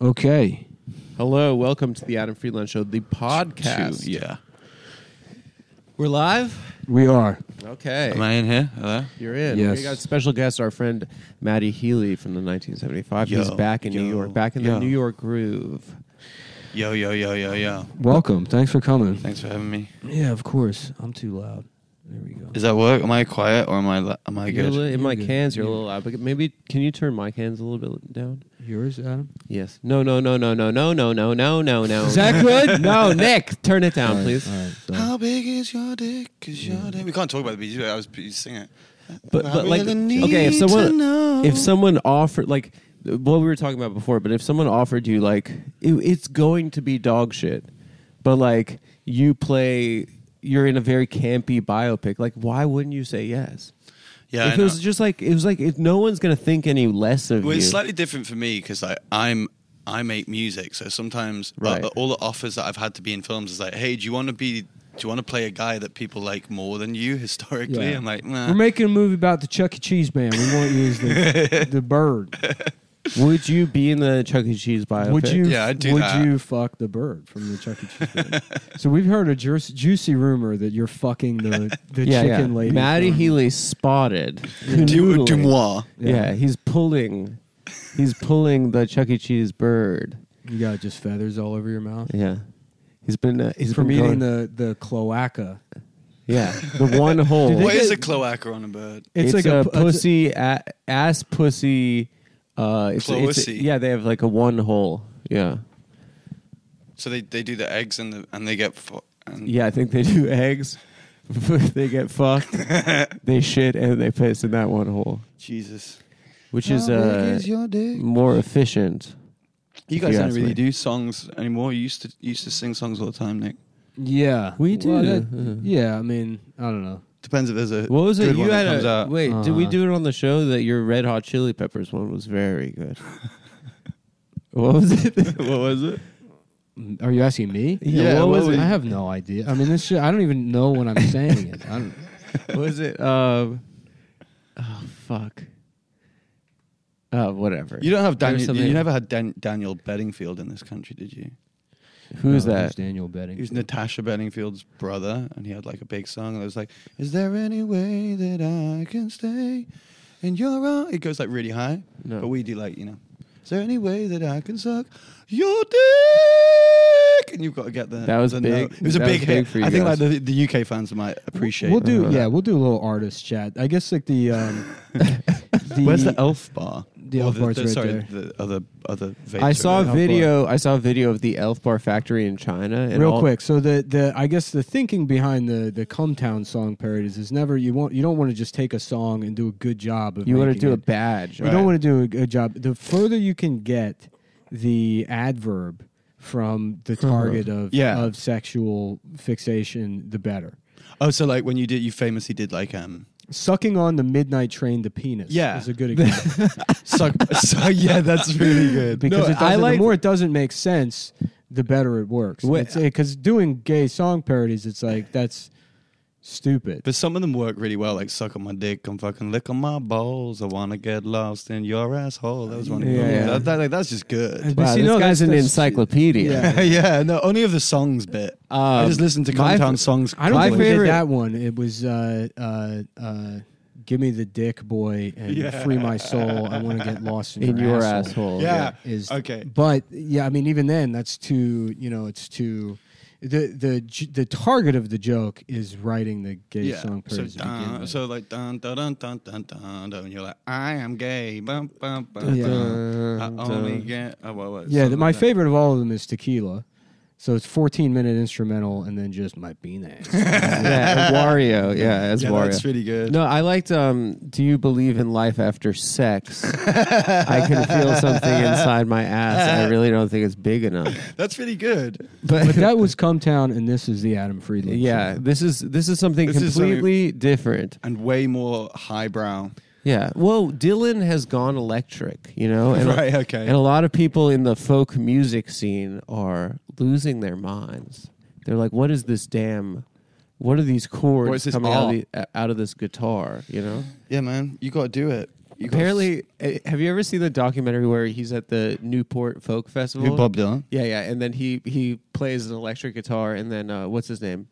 Okay. Hello, welcome to the Adam Friedland Show, the podcast. Two, yeah. We're live? We are. Okay. Am I in here? Hello? You're in. Yes. We got special guest, our friend Maddie Healy from the 1975. He's Yo, back in New yo, York, back in the yo. New York groove. Yo, yo, yo, yo, yo. Welcome. Thanks for coming. Thanks for having me. Yeah, of course. I'm too loud. There we go. Does that work? Am I quiet or am I li- am I You're good? li- in You're my good. cans, you're a Yeah. little loud, but maybe can you turn my cans a little bit down? Yours, Adam? Yes. No, no, no, no, no, no, no, no, no, no, no. Is that good? no, Nick, turn it down, please. All right. sorry. How big is your dick? Is your dick? We can't talk about the Bee Gees. I was you sing it. But, I but like, really need okay, if to someone know. if someone offered like what we were talking about before, but if someone offered you like it, it's going to be dog shit, but like you play, you're in a very campy biopic. Like, why wouldn't you say yes? yeah, if I it was know. just like it was like if no one's gonna think any less of Well, you. it's slightly different for me because like I'm I make music, so sometimes uh, Right. all the offers that I've had to be in films is like, hey, do you want to be? Do you want to play a guy that people like more than you historically? Yeah. I'm like, nah. We're making a movie about the Chuck E. Cheese band. We want you as the, the bird. would you be in the Chuck E. Cheese biopic? Would you? Yeah, I'd do Would that. you fuck the bird from the Chuck E. Cheese band? so we've heard a ju- juicy rumor that you're fucking the, the Yeah, yeah. chicken lady. Maddie from- Healy spotted. do, do canoodling. moi. Yeah, he's pulling. He's pulling the Chuck E. Cheese bird. You got just feathers all over your mouth. Yeah, he's been. Uh, he's From been eating the, going- the cloaca. yeah the one hole. Did they What get- is a cloaca on a bird? it's, like a, a, p- it's pussy a, ass pussy. Uh, it's, it's- Cloacy. yeah, they have like a one hole. Yeah, So they, they do the eggs and the, and they get fu- and yeah. I think they do eggs. they get fucked. they shit and they piss in that one hole, Jesus. which is uh, more efficient. You If guys you don't ask really me. do songs anymore. You used to you used to sing songs all the time, Nick. Yeah, We Well, do. that- Uh-huh. yeah, I mean, I don't know. Depends if there's a What was good it? You one that had comes a out. wait. Did we Uh-huh. do it on the show that your Red Hot Chili Peppers one was very good? what was it? what was it? Mm, Are you asking me? Yeah, what was it? I have no idea. I mean, this shit. I don't even know when I'm saying it. I don't, was it um oh fuck uh whatever You don't have There was Daniel. something- You never had Dan, Daniel Bedingfield in this country, did you? who's no, that it's Daniel Betting. He was Natasha Bedingfield's brother, and he had like a big song, and it was like, "Is there any way that I can stay in your arms?" It goes like really high, No. but we do like you know. Is there any way that I can suck your dick? And you've got to get the That was the big. note. It was a That was big, big hit. for you I think guys. like the, the UK fans might appreciate. We'll it. do. Yeah, we'll do a little artist chat. I guess like the. Um, the Where's the elf bar? the Or elf bar's right sorry, there. the other other. i saw a Elf video i saw a video of the elf bar factory in china and real all- quick. So the the I guess the thinking behind the the Come Town song parodies is never you want you don't want to just take a song and do a good job of you want to making do a it. badge You don't want to do a good job. The further you can get the adverb from the target of Yeah. of sexual fixation, the better. Oh, so like when you did, you famously did like um. Sucking on the midnight train to penis Yeah. is a good example. Suck, so, yeah, that's really good. because No, it doesn't, I like- the more it doesn't make sense, the better it works. Wait, Because doing gay song parodies, it's like that's stupid. But some of them work really well, like suck on my dick, come fucking lick on my balls. I wanna get lost in your asshole. That was one of Yeah, them. yeah. That, that- like, that's just good. But wow, see, this no, that's- guy's an that's- encyclopedia yeah. yeah, no, only of the songs bit. I Um, just listened to my Compton f- songs. I don't My think we favorite- did that one. It was uh, uh, uh, "Give Me the Dick Boy" and Yeah. "Free My Soul." I want to get lost in, in your asshole. asshole Yeah. Is Okay. but yeah, I mean, even then, that's too. You know, it's too. The the j- the target of the joke is writing the gay yeah. song So, parodies. to begin dun, with. so like dun dun dun dun dun dun dun. You're like, I am gay. Bum, bum, bum, Yeah. bun. Dun, I dun. only get. Uh, Oh, well, well, yeah, the, something my like that. favorite of all of them is Tequila. So it's 14 minute instrumental and then just my penis. yeah, Wario. Yeah, as Yeah, Wario. that's really good. No, I liked. Um, Do you believe in life after sex? I can feel something inside my ass. I really don't think it's big enough. That's really good. but that was Come Town and this is the Adam Friedland. Show. Yeah, this is this is something This is something- completely different. And way more highbrow. Yeah. Well, Dylan has gone electric, you know, and Right, okay. and a lot of people in the folk music scene are losing their minds. They're like, "What is this damn? What are these What is chords this coming out of, all? the, out of this guitar?" You know. Yeah, man, you got to do it. You got Apparently, eh, have you ever seen the documentary where he's at the Newport Folk s- who, Festival? Bob Dylan. Yeah, yeah, and then he he plays an electric guitar, and then uh, what's his name?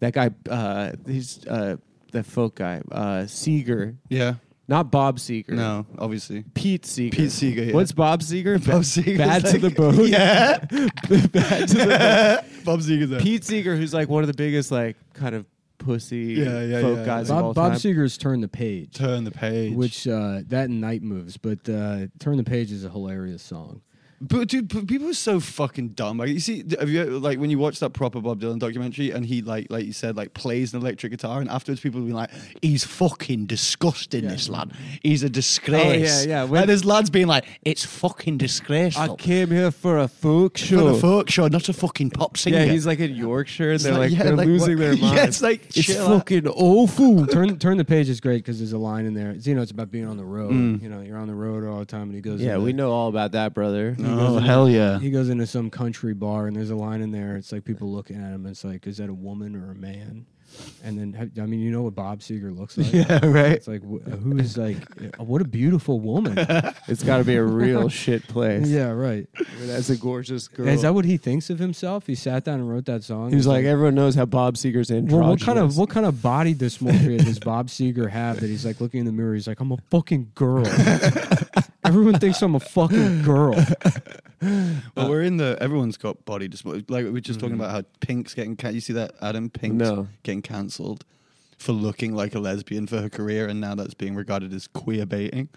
That guy, uh, he's uh, the folk guy, uh, Seeger, Yeah. not Bob Seeger. No, obviously. Pete Seeger. Pete Seeger, yeah. What's Bob Seeger? Ba- Bob Seger's Bad to like- the bone. Yeah. Bad to the Bob Seger's bone. Pete Seeger, who's like one of the biggest like kind of pussy Yeah, yeah, folk yeah. guys of all Bob, Bob time. Seger's Turn the Page, Turn the page. which uh, that and Night Moves, but uh, Turn the Page is a hilarious song. But dude, but people are so fucking dumb. Like you see, have you e, like when you watch that proper Bob Dylan documentary and he like like you said like plays an electric guitar and afterwards people will be like, he's fucking disgusting. This lad, he's a disgrace. Oh, yeah, yeah. When- Like there's lads being like, it's fucking disgraceful. I came here for a folk For show. the folk show, not a fucking pop singer. yeah, he's like in Yorkshire, and It's they're like, like, yeah, they're like, losing what- their Yeah, minds. it's like, it's chill out. fucking awful. Turn Turn the Page is great because there's a line in there. It's, you know, it's about being on the road. You know, you're on the road all the time, and he goes. Mm. Yeah, into- we know all about that, brother. Oh hell yeah! He goes into some country bar, and there's a line in there. It's like people looking at him. It's like, is that a woman or a man? And then, have- I mean, you know what Bob Seger looks like. Yeah, right. It's like, wh- who is like, uh, what a beautiful woman. It's got to be a real shit place. yeah, right. that's a gorgeous girl. Is that what he thinks of himself? He sat down and wrote that song. He's like, everyone knows how Bob Seger's androgynous. well, what kind of what kind of body dysmorphia does Bob Seger have that he's like looking in the mirror? He's like, I'm a fucking girl. Everyone thinks I'm a fucking girl. Uh, Well, we're in the everyone's got body dysmorphia. Like we were just talking about how Pink's getting. Can you see that Adam Pink's Mm-hmm. No. getting cancelled for looking like a lesbian for her career, and now that's being regarded as queer baiting.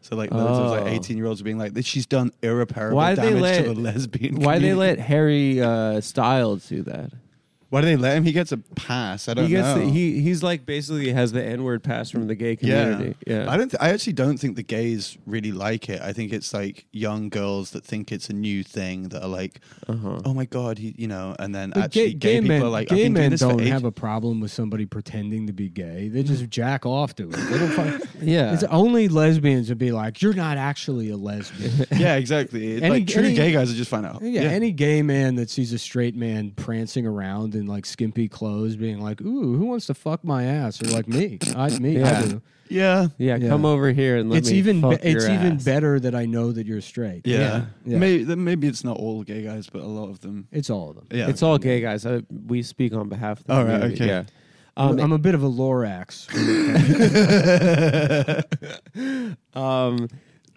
So like loads of Oh. like eighteen year olds are being like, she's done irreparable Why'd they damage let- to the lesbian. Why they community." let Harry uh, Styles do that? Why do they let him? He gets a pass. I don't He gets know. the, he he's like basically has the N word pass from the gay community. Yeah, I don't. Th- I actually don't think the gays really like it. I think it's like young girls that think it's a new thing that are like, Uh-huh. "Oh my god," he, you know. And then But actually, gay, people men, are like, gay "I've been doing men this don't for Mm-hmm. ages." have a problem with somebody pretending to be gay. They just jack off to it. They don't find, yeah. It's only lesbians would be like, you're not actually a lesbian. yeah, exactly. It's Any- like true any- gay guys are just find out. Yeah, any gay man that sees a straight man prancing around in like skimpy clothes, being like, "Ooh, who wants to fuck my ass?" or like me, I me, Yeah. I do. yeah, yeah, Yeah. come over here and let it's me even be- fuck it's your even ass. better that I know that you're straight. yeah. Yeah. Maybe then maybe it's not all gay guys, but a lot of them. it's all of them. Yeah, It's all gay guys. I, we speak on behalf of the All right, community. okay. Yeah. I'm, Um, I'm a bit of a Lorax. Um,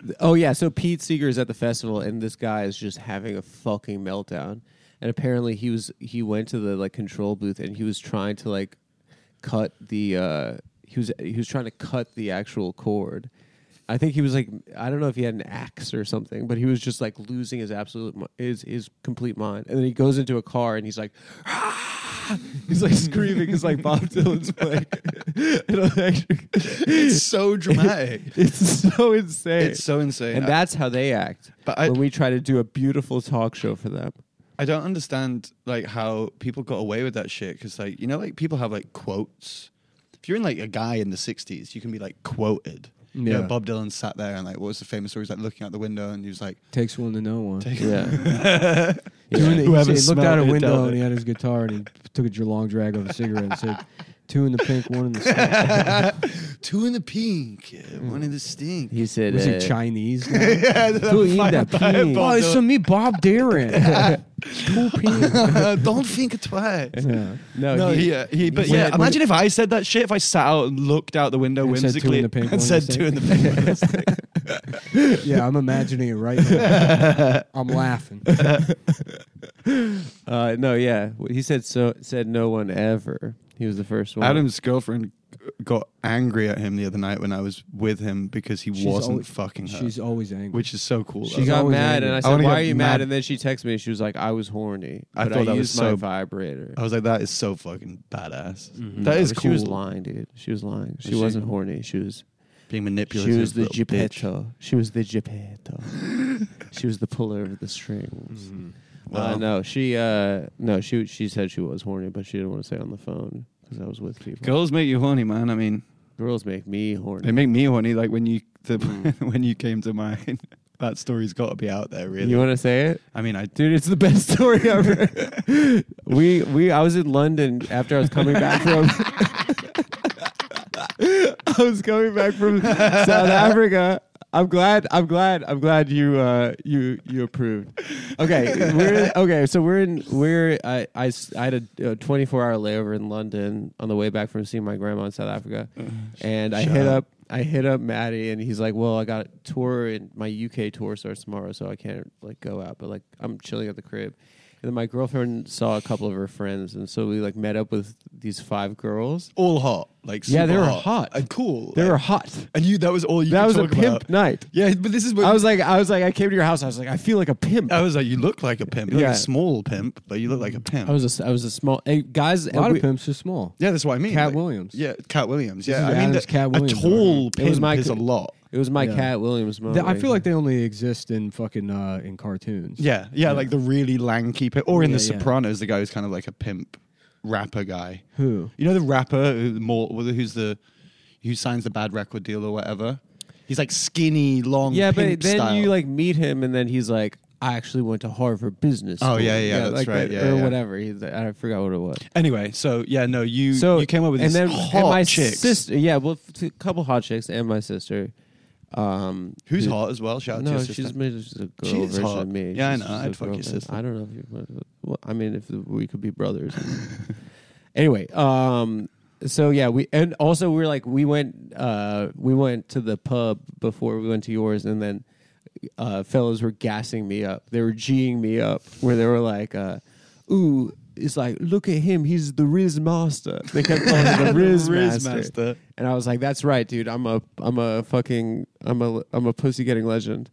th- oh yeah, so Pete Seeger is at the festival, and this guy is just having a fucking meltdown. And apparently, he was he went to the like control booth, and he was trying to like cut the uh, he was he was trying to cut the actual cord. I think he was like I don't know if he had an axe or something, but he was just like losing his absolute mi- his his complete mind. And then he goes into a car, and he's like. "Ah!" He's like screaming. It's like Bob Dylan's playing. And I'm like- it's so dramatic. it's so insane. it's so insane. and I- that's how they act But I- when we try to do a beautiful talk show for them. I don't understand like how people got away with that shit because like you know like people have like quotes. If you're in like a guy in the '60s, you can be like quoted. Yeah. You know, Yeah. Bob Dylan sat there and like what was the famous story? He's like looking out the window and he was like, Takes one to know one. He, Yeah. Doing it, he Whoever said- he looked smelled out a it, window dealt and it. he had his guitar and he took a dr- long drag of a cigarette and said, two in the pink, one in the stink." two in the pink, uh, one in the stink. He said, Was he uh, Chinese? "Who in the pink?" oh, it's me, Bob Darren. two pink. don't think twice. Yeah. No, No, he, he, uh, he but when- yeah, when- imagine if I said that shit, if I sat out and looked out the window And said two whimsically in the pink, one and in the said two in the pink. one in the stink. Yeah, I'm imagining it right now. I'm laughing. uh, no, yeah, he said so. Said no one ever. He was the first one. Adam's girlfriend got angry at him the other night when I was with him because he She's wasn't always- fucking her, She's always angry. which is so cool. she She's though. got always mad, angry. and I I said, wanna "Why get are you mad? mad. And then she texted me, and she was like, "I was horny, I but thought that was used my so- vibrator." I was like, that is so fucking badass. No, That is but cool. Mm-hmm. She was lying, dude. She was lying. She Was she? wasn't horny. She was. Being She manipulative. was the little bitch. Geppetto. She was the Geppetto. she was the puller of the strings. Uh, Wow. no, she uh, no, she she said she was horny, but she didn't want to say on the phone because I was with people. Girls make you horny, man. I mean, Girls make me horny. they make me horny. Like when you the, Mm. when you came to mine, that story's got to be out there, really. You want to say it? I mean, I Dude, it's the best story ever. we we I was in London after I was coming back from I was coming back from South Africa. I'm glad. I'm glad. I'm glad you uh, you you approved. Okay, we're okay. So we're in. We're I I, s- I had a, a 24 hour layover in London on the way back from seeing my grandma in South Africa, and I hit up. I hit up Maddie and he's like, "Well, I got a tour and my UK tour starts tomorrow, so I can't like go out, but like I'm chilling at the crib." And then my girlfriend saw a couple of her friends, and so we like met up with these five girls. all hot. Like Yeah, they super were hot. and cool. They like- were hot. and you. That was all you. That could was a talk pimp about. night. Yeah, but this is what I was like, I was like, I came to your house. I was like, I feel like a pimp. I was like, you look like a pimp. You're Yeah. Mm. like a small pimp, but you look like a pimp. I was a, I was a small hey, guys. A lot we- of pimps are small. yeah, that's what I mean. Cat like- Williams. Yeah, Cat Williams. Yeah, is I mean, Adam's that- Cat Williams a tall argument. It was pimp my is a co- lot. It was my Yeah. Cat Williams Th- moment. I feel like they only exist in fucking uh, in cartoons. Yeah, yeah, like the really lanky pimp. Or in Yeah, The yeah. Sopranos, the guy who's kind of like a pimp rapper guy. Who? You know the rapper who, the more, who's the who signs the bad record deal or whatever. He's like skinny, long. yeah, but pimp then style. you like meet him, and then he's like, I actually went to Harvard Business. Oh, School. yeah, yeah, that's like right, that- yeah, or yeah. whatever. He's, I forgot what it was. Anyway, so yeah, no, you So you came up with and this then hot and my chicks. sister. Yeah, well, f- a couple hot chicks and my sister. Um, who's who- hot as well. Shout out to No, your she's, sister. maybe just a girl She is version hot. of me. Yeah, I She's know. just a I'd fuck girl your version. sister. I don't know if you. Well, well, I mean, if we could be brothers. anyway, um, so yeah, we and also we are like we went uh we went to the pub before we went to yours, and then uh fellows were gassing me up. They were g'ing me up where they were like, uh, ooh. It's like, look at him. He's the Riz Master. They kept calling him the Riz, Riz master. Master. And I was like, "That's right, dude. I'm a I'm a fucking I'm a I'm a pussy getting legend."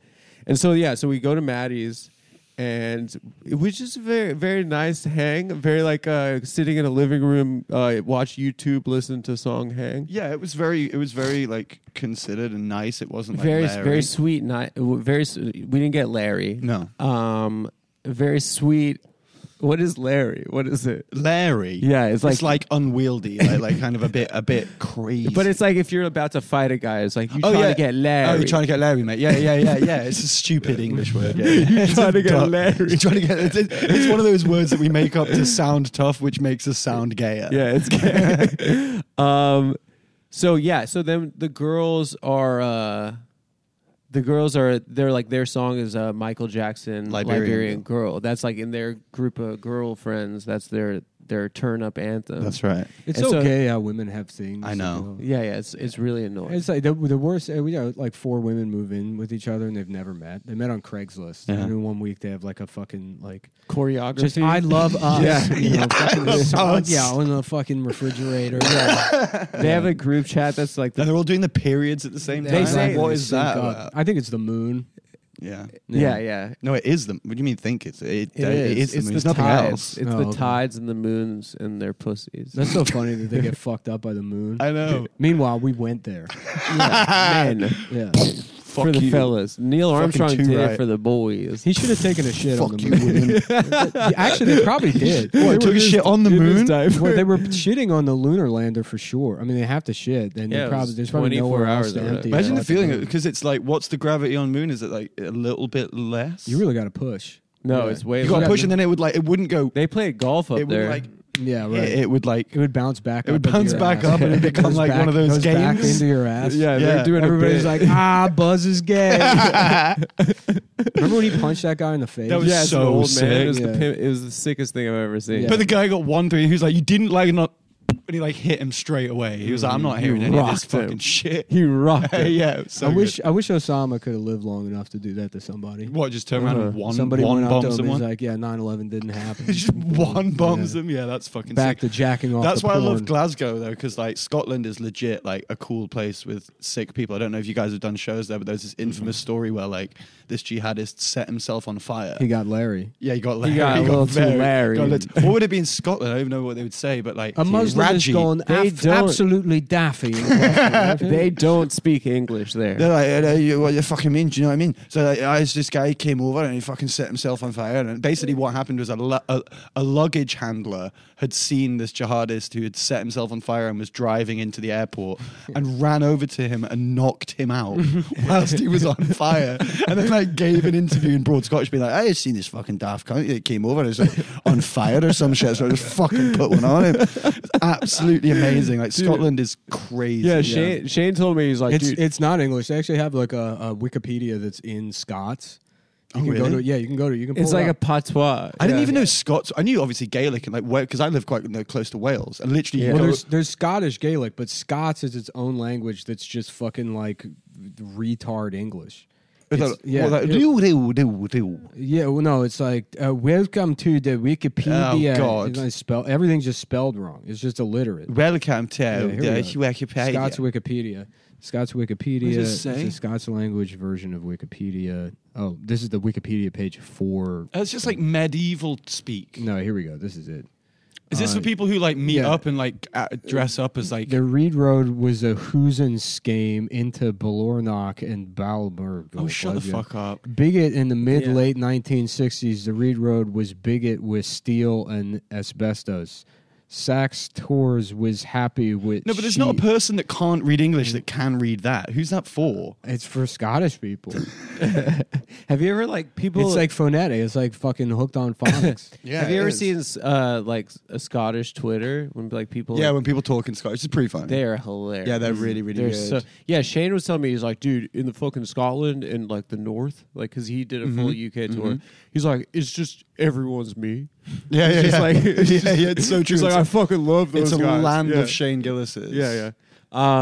And so yeah, so we go to Maddie's, and it was just a very very nice hang, very like uh, sitting in a living room, uh, watch YouTube, listen to song hang. Yeah, it was very, it was very like considered and nice. It wasn't like very Larry. very sweet night. Very s- we didn't get Larry. No. Um, very sweet. What is Larry? What is it? Larry. Yeah, it's like- it's like unwieldy, like, like kind of a bit, a bit crazy. But it's like if you're about to fight a guy, it's like you trying to get Larry. Oh, you're trying to get Larry, mate. Yeah, yeah, yeah, yeah. It's a stupid English word. Yeah. you're trying to get Larry. You're trying to get. It's, it's one of those words that we make up to sound tough, which makes us sound gayer. yeah, it's gay. um, so yeah, so then the girls are uh, the girls are they're like their song is uh, Michael Jackson Liberian, Liberian Girl. That's like in their group of girlfriends. That's their their turn up anthem. that's right. It's And so- okay how women have things. I know. Yeah, yeah, it's it's really annoying. It's like the, the worst. uh, We got like four women move in with each other and they've never met. They met on Craigslist, Yeah. and in one week they have like a fucking like. choreography. Just I love us. Yeah. you know, fucking song, us. yeah, on the fucking refrigerator. they have a group chat that's like And the, they're all doing the periods at the same They time. say- what They is sync that? up. about? I think it's the moon. Yeah. yeah yeah. No, it is them. What do you mean? Think it's it? It is. It's It's, them. the It's nothing tides. else. It's Oh, the okay. tides and the moons and their pussies. That's so funny that they get fucked up by the moon. I know. Meanwhile, we went there. Men. Yeah, Fuck for the you. fellas. Neil Armstrong too did it right. for the boys. he should have taken a shit on Fuck the you, moon. women. Actually, they probably did. What, took a shit on the moon? Well, they were shitting on the lunar lander for sure. I mean, they have to shit. Then Yeah, they it probably was there's probably 24 nowhere hours else to of it. empty. it Imagine out the at feeling moon. because it's like, what's the gravity on moon? Is it like a little bit less? You really got to push. No, Yeah. it's way. you got Yeah. to push, and then it would like it wouldn't go. They played golf up it would there. like Yeah, right. it, it would like It would bounce back. It up would into bounce your back ass. up and it'd It become goes like back- one of those goes back games. into your ass. yeah, they're Yeah. doing. Everybody's a bit. like, ah, Buzz is gay. Remember when he punched that guy in the face? That was yeah, it's an so old man. It sick. was, the Yeah. pimp, it was the sickest thing I've ever seen. Yeah. But the guy got one three. He was like, "You didn't like not," and he like hit him straight away. He was like, "I'm not Mm, hearing any of this rocked him. fucking shit." he rocked. it. yeah, it was so I wish good. I wish Osama could have lived long enough to do that to somebody. What? Just turn around and Uh-huh. one somebody one went up to bomb him and was someone. like, "Yeah, 9/11 didn't happen." just one bombs Yeah. them. Yeah, that's fucking Back to sick. jacking off. That's to why porn. I love Glasgow though, because like Scotland is legit like a cool place with sick people. I don't know if you guys have done shows there, but there's this infamous story where like this jihadist set himself on fire. He got Larry. yeah, he got Larry. got a little too Larry. got lit- what would it be in Scotland? I don't even know what they would say, but like A Muslim has Raji. gone They af- don't- absolutely daffy. they don't speak English They're there. like, uh, you, what you fucking mean? Do you know what I mean? So like, I, this guy came over and he fucking set himself on fire. And basically, what happened was a, lu- a, a luggage handler had seen this jihadist who had set himself on fire and was driving into the airport and ran over to him and knocked him out whilst he was on fire. And then like gave an interview in broad Scottish, being like, "I had seen this fucking daft cunt that came over and it's like on fire or some shit, so I just fucking put one on him." It's absolutely amazing. Like Scotland is crazy. Yeah, Shane, Shane told me he's like, It's dude, it's not English. They actually have like a, a Wikipedia that's in Scots. You Oh, can go really? to yeah, you can go to you can. Pull it's it like a up. patois. I didn't Yeah. even know Scots. I knew obviously Gaelic and like because I live quite you know, close to Wales and literally you well, go- there's there's Scottish Gaelic, but Scots is its own language that's just fucking like retard English. it's it's- like, yeah. well, like, do, do, do, do. Yeah, well, no, it's like uh, welcome to the Wikipedia. Oh, God. It's like spell everything's just spelled wrong. It's just illiterate. Welcome to here we the go. Wikipedia. Scots Wikipedia. Scots Wikipedia. What does it is say? the Scots language version of Wikipedia. Oh, this is the Wikipedia page for. Uh, It's just like medieval speak. No, here we go. This is it. Is this for people who like meet yeah. up and like uh, dress up as like? The Reed Road was a Husen scheme into Balornock and Balmer. oh, shut the fuck up! Bigot in the mid Yeah. late 1960s, the Reed Road was bigot with steel and asbestos. Sax Tours was happy with. No, but there's not a sheep. person that can't read English that can read that. Who's that for? It's for Scottish people. Have you ever like people? it's like phonetic. It's like fucking hooked on phonics. Yeah, have you it ever is. seen uh, like a Scottish Twitter when like people? Yeah, when people talk in Scottish, it's pretty funny. they're hilarious. yeah, they're really really They're good. so yeah. Shane was telling me he's like, dude, in the fucking Scotland and like the north, like because he did a full Mm-hmm. UK tour. He's like, it's just everyone's me. yeah, yeah, It's just yeah. like- it's yeah, just- yeah, it's so true. He's like, It's I a- fucking love those it's a guys. land Yeah. of Shane Gillis's. Yeah, yeah.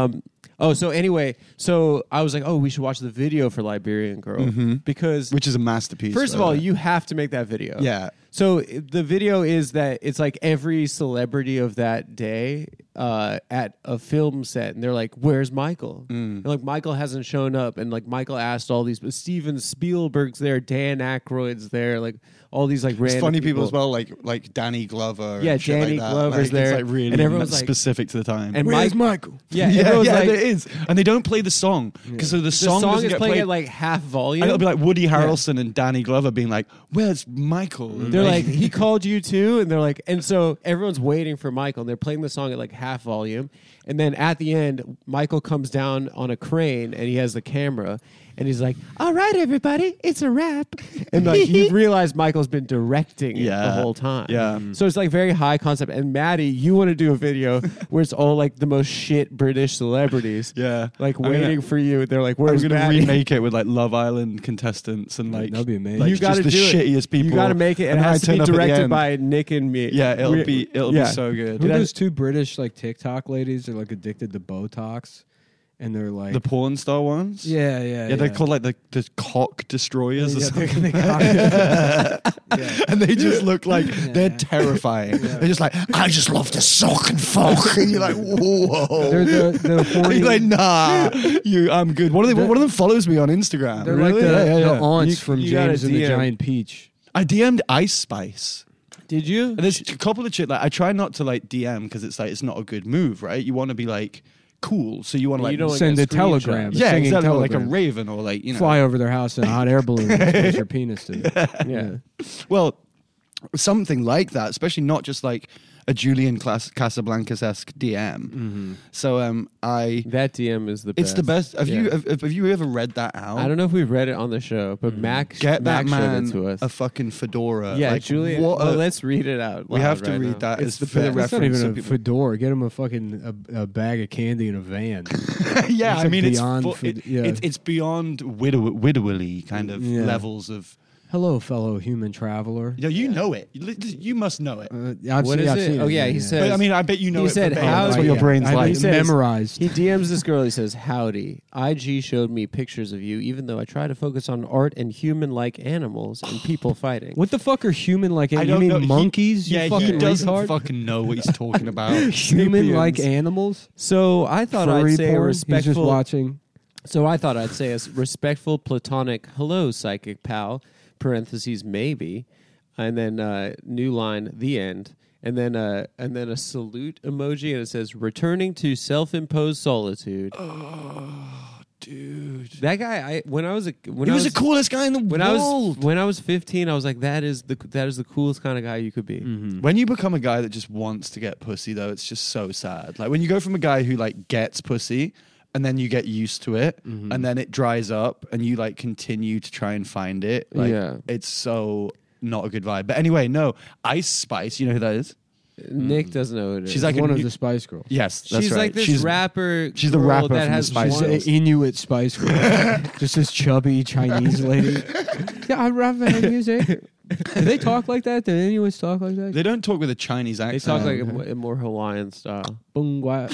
Um, oh, so anyway, so I was like, oh, we should watch the video for Liberian Girl Mm-hmm. because which is a masterpiece. First of by the all, way. you have to make that video. Yeah. So i- the video is that it's like every celebrity of that day uh, at a film set, and they're like, "Where's Michael?" Mm. And like Michael hasn't shown up, and like Michael asked all these, but Steven Spielberg's there, Dan Aykroyd's there, like all these like It's random funny people, as well, like like Danny Glover. Yeah, and shit like Danny that. Glover's like, it's, there, like really and everyone's ma- like- specific to the time. And Where's Mike- Michael? Yeah, yeah, everyone's yeah, like, there is, and they don't play the song because so the the song, song, doesn't is get playing played at like half volume. And it'll be like Woody Harrelson and Danny Glover being like, "Where's Michael?" They're like, he called you too, and they're like, and so everyone's waiting for Michael, and they're playing the song at like half volume, and then at the end, Michael comes down on a crane, and he has the camera, and he's like, "All right, everybody, it's a wrap," and like you realize Michael's been directing it the Yeah. whole time, Yeah. So it's like very high concept. And Maddie, you want to do a video where it's all like the most shit British celebrities, Yeah. like I mean, waiting for you. They're like, I'm "Where's gonna Maddie?" remake it with like Love Island contestants and like That'd be amazing. Like, you got gotta to the do it. shittiest people. You got to make it. It And then I has to turn be up at the directed end. by Nick and me. Yeah, it'll We- be it'll yeah. be so good. Who Did I- those two British like TikTok ladies are like addicted to Botox, and they're like, the porn star ones. yeah, yeah, yeah, they're called like the, the cock destroyers or Yeah, something. they're- they got- Yeah. and they just look like they're Yeah. terrifying. They're just like, I just love to sock and fuck, and you're like, whoa. They're the, the And horny. you're like, nah, you, I'm good. One of them, They're- one of them follows me on Instagram. they're like the, Yeah, yeah, the yeah. aunts You- from you gotta James and the DM. Giant Peach. I DM'd Ice Spice. Did you? And there's a couple of shit like I try not to like DM because it's like it's not a good move, right? You want to be like cool, so you want to like You don't wanna Send a get screenshots. telegram. yeah, singing exactly, like a telegram. raven or like you know. Fly over their house in a hot air balloon. and expose your penis to. them. Yeah. Well, something like that, especially not just like a Julian Clas- Casablancas esque DM. Mm-hmm. So um, I That DM is the best. it's the best. Have you Yeah. have, have you ever read that out? I don't know if we've read it on the show, but Mac Mm. Get that Mac showed man it to us. a fucking fedora. yeah, like, Julian. What a- well, let's read it out. we loud have to right read now. that. It's It's the for the best. That's not even reference. a so people- fedora. Get him a fucking a, a bag of candy in a van. yeah, It's I like mean, it's, beyond fu- fed- it- yeah. it's it's beyond widow widowerly kind of Yeah. levels of. Hello, fellow human traveler. Yeah, you know it. You li- You must know it. Uh, I've seen, What is I've it? seen Oh, yeah, he said- But I mean, I bet you know he it. said, verbatim. "How's That's what your yeah, brain's I- like?" he said- memorized. He DMs this girl. He says, "Howdy, IG showed me pictures of you, even though I try to focus on art and human-like animals and people fighting." What the fuck are human like? I You don't mean know. He- monkeys? yeah, you fucking he doesn't retard. fucking know what he's talking about. human like Sapiens. animals. So I thought Furry I'd say a porn. He's just respectful. watching. So I thought I'd say a s- respectful, platonic hello, psychic pal. Parentheses maybe, and then uh, new line the end, and then uh, and then a salute emoji, and it says returning to self-imposed solitude. Dude, That guy, I when I was a when he I was the coolest guy in the when I was world. when I was fifteen, I was like that is the that is the coolest kind of guy you could be. when you become a guy that just wants to get pussy, though, it's just so sad. Like when you go from a guy who like gets pussy. And then you get used to it, and then it dries up, and you like continue to try and find it. Like, Yeah. it's so not a good vibe. But anyway, no Ice Spice. You know who that is? Nick doesn't know who it is. She's like one a of new- the Spice Girls. Yes, that's Mm-hmm. she's right. like this she's rapper. she's the girl rapper that from the has Spice She's one- an Inuit Spice Girl. Just this chubby Chinese lady. Yeah, I rap that music. Do they talk like that? Do Inuits talk like that? They don't talk with a Chinese They accent. talk like a, a more Hawaiian style. Bungwa.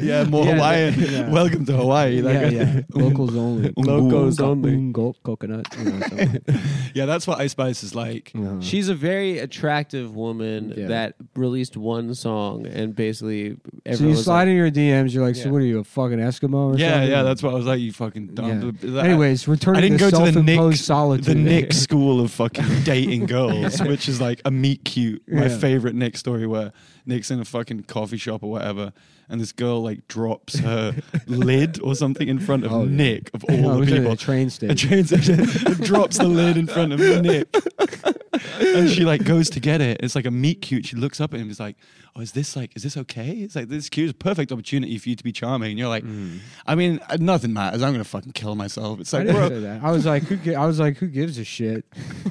yeah, more Yeah, Hawaiian. yeah. Welcome to Hawaii. That yeah, guy. yeah. Locals only. Locals only. Bungo, coconut. You know, something. Yeah, that's what Ice Spice is like. Uh-huh. She's a very attractive woman Yeah. that released one song and basically So you everyone's slide in your DMs, you're like, Yeah. so what are you, a fucking Eskimo or Yeah, something? yeah, that's what I was like. You fucking dumb. Yeah. That- Anyways, returning I didn't to go to the Nick, self-imposed solitude. the Nick school of fucking dating girls, which is like a meet cute. My Yeah. favorite Nick story where Nick's in a fucking coffee shop or whatever, and this girl like drops her lid or something in front of Oh, yeah. Nick of No, it all the was at people. a train A station. train station drops the lid in front of Nick. and she like goes to get it. It's like a meet cute. She looks up at him and is like, Oh, is this like, is this okay? It's like, this cute is a perfect opportunity for you to be charming. And you're like, I mean, uh, nothing matters. I'm going to fucking kill myself. It's Mm. I like, didn't bro, say that. I was like, who? Gi- I was like, who gives a shit?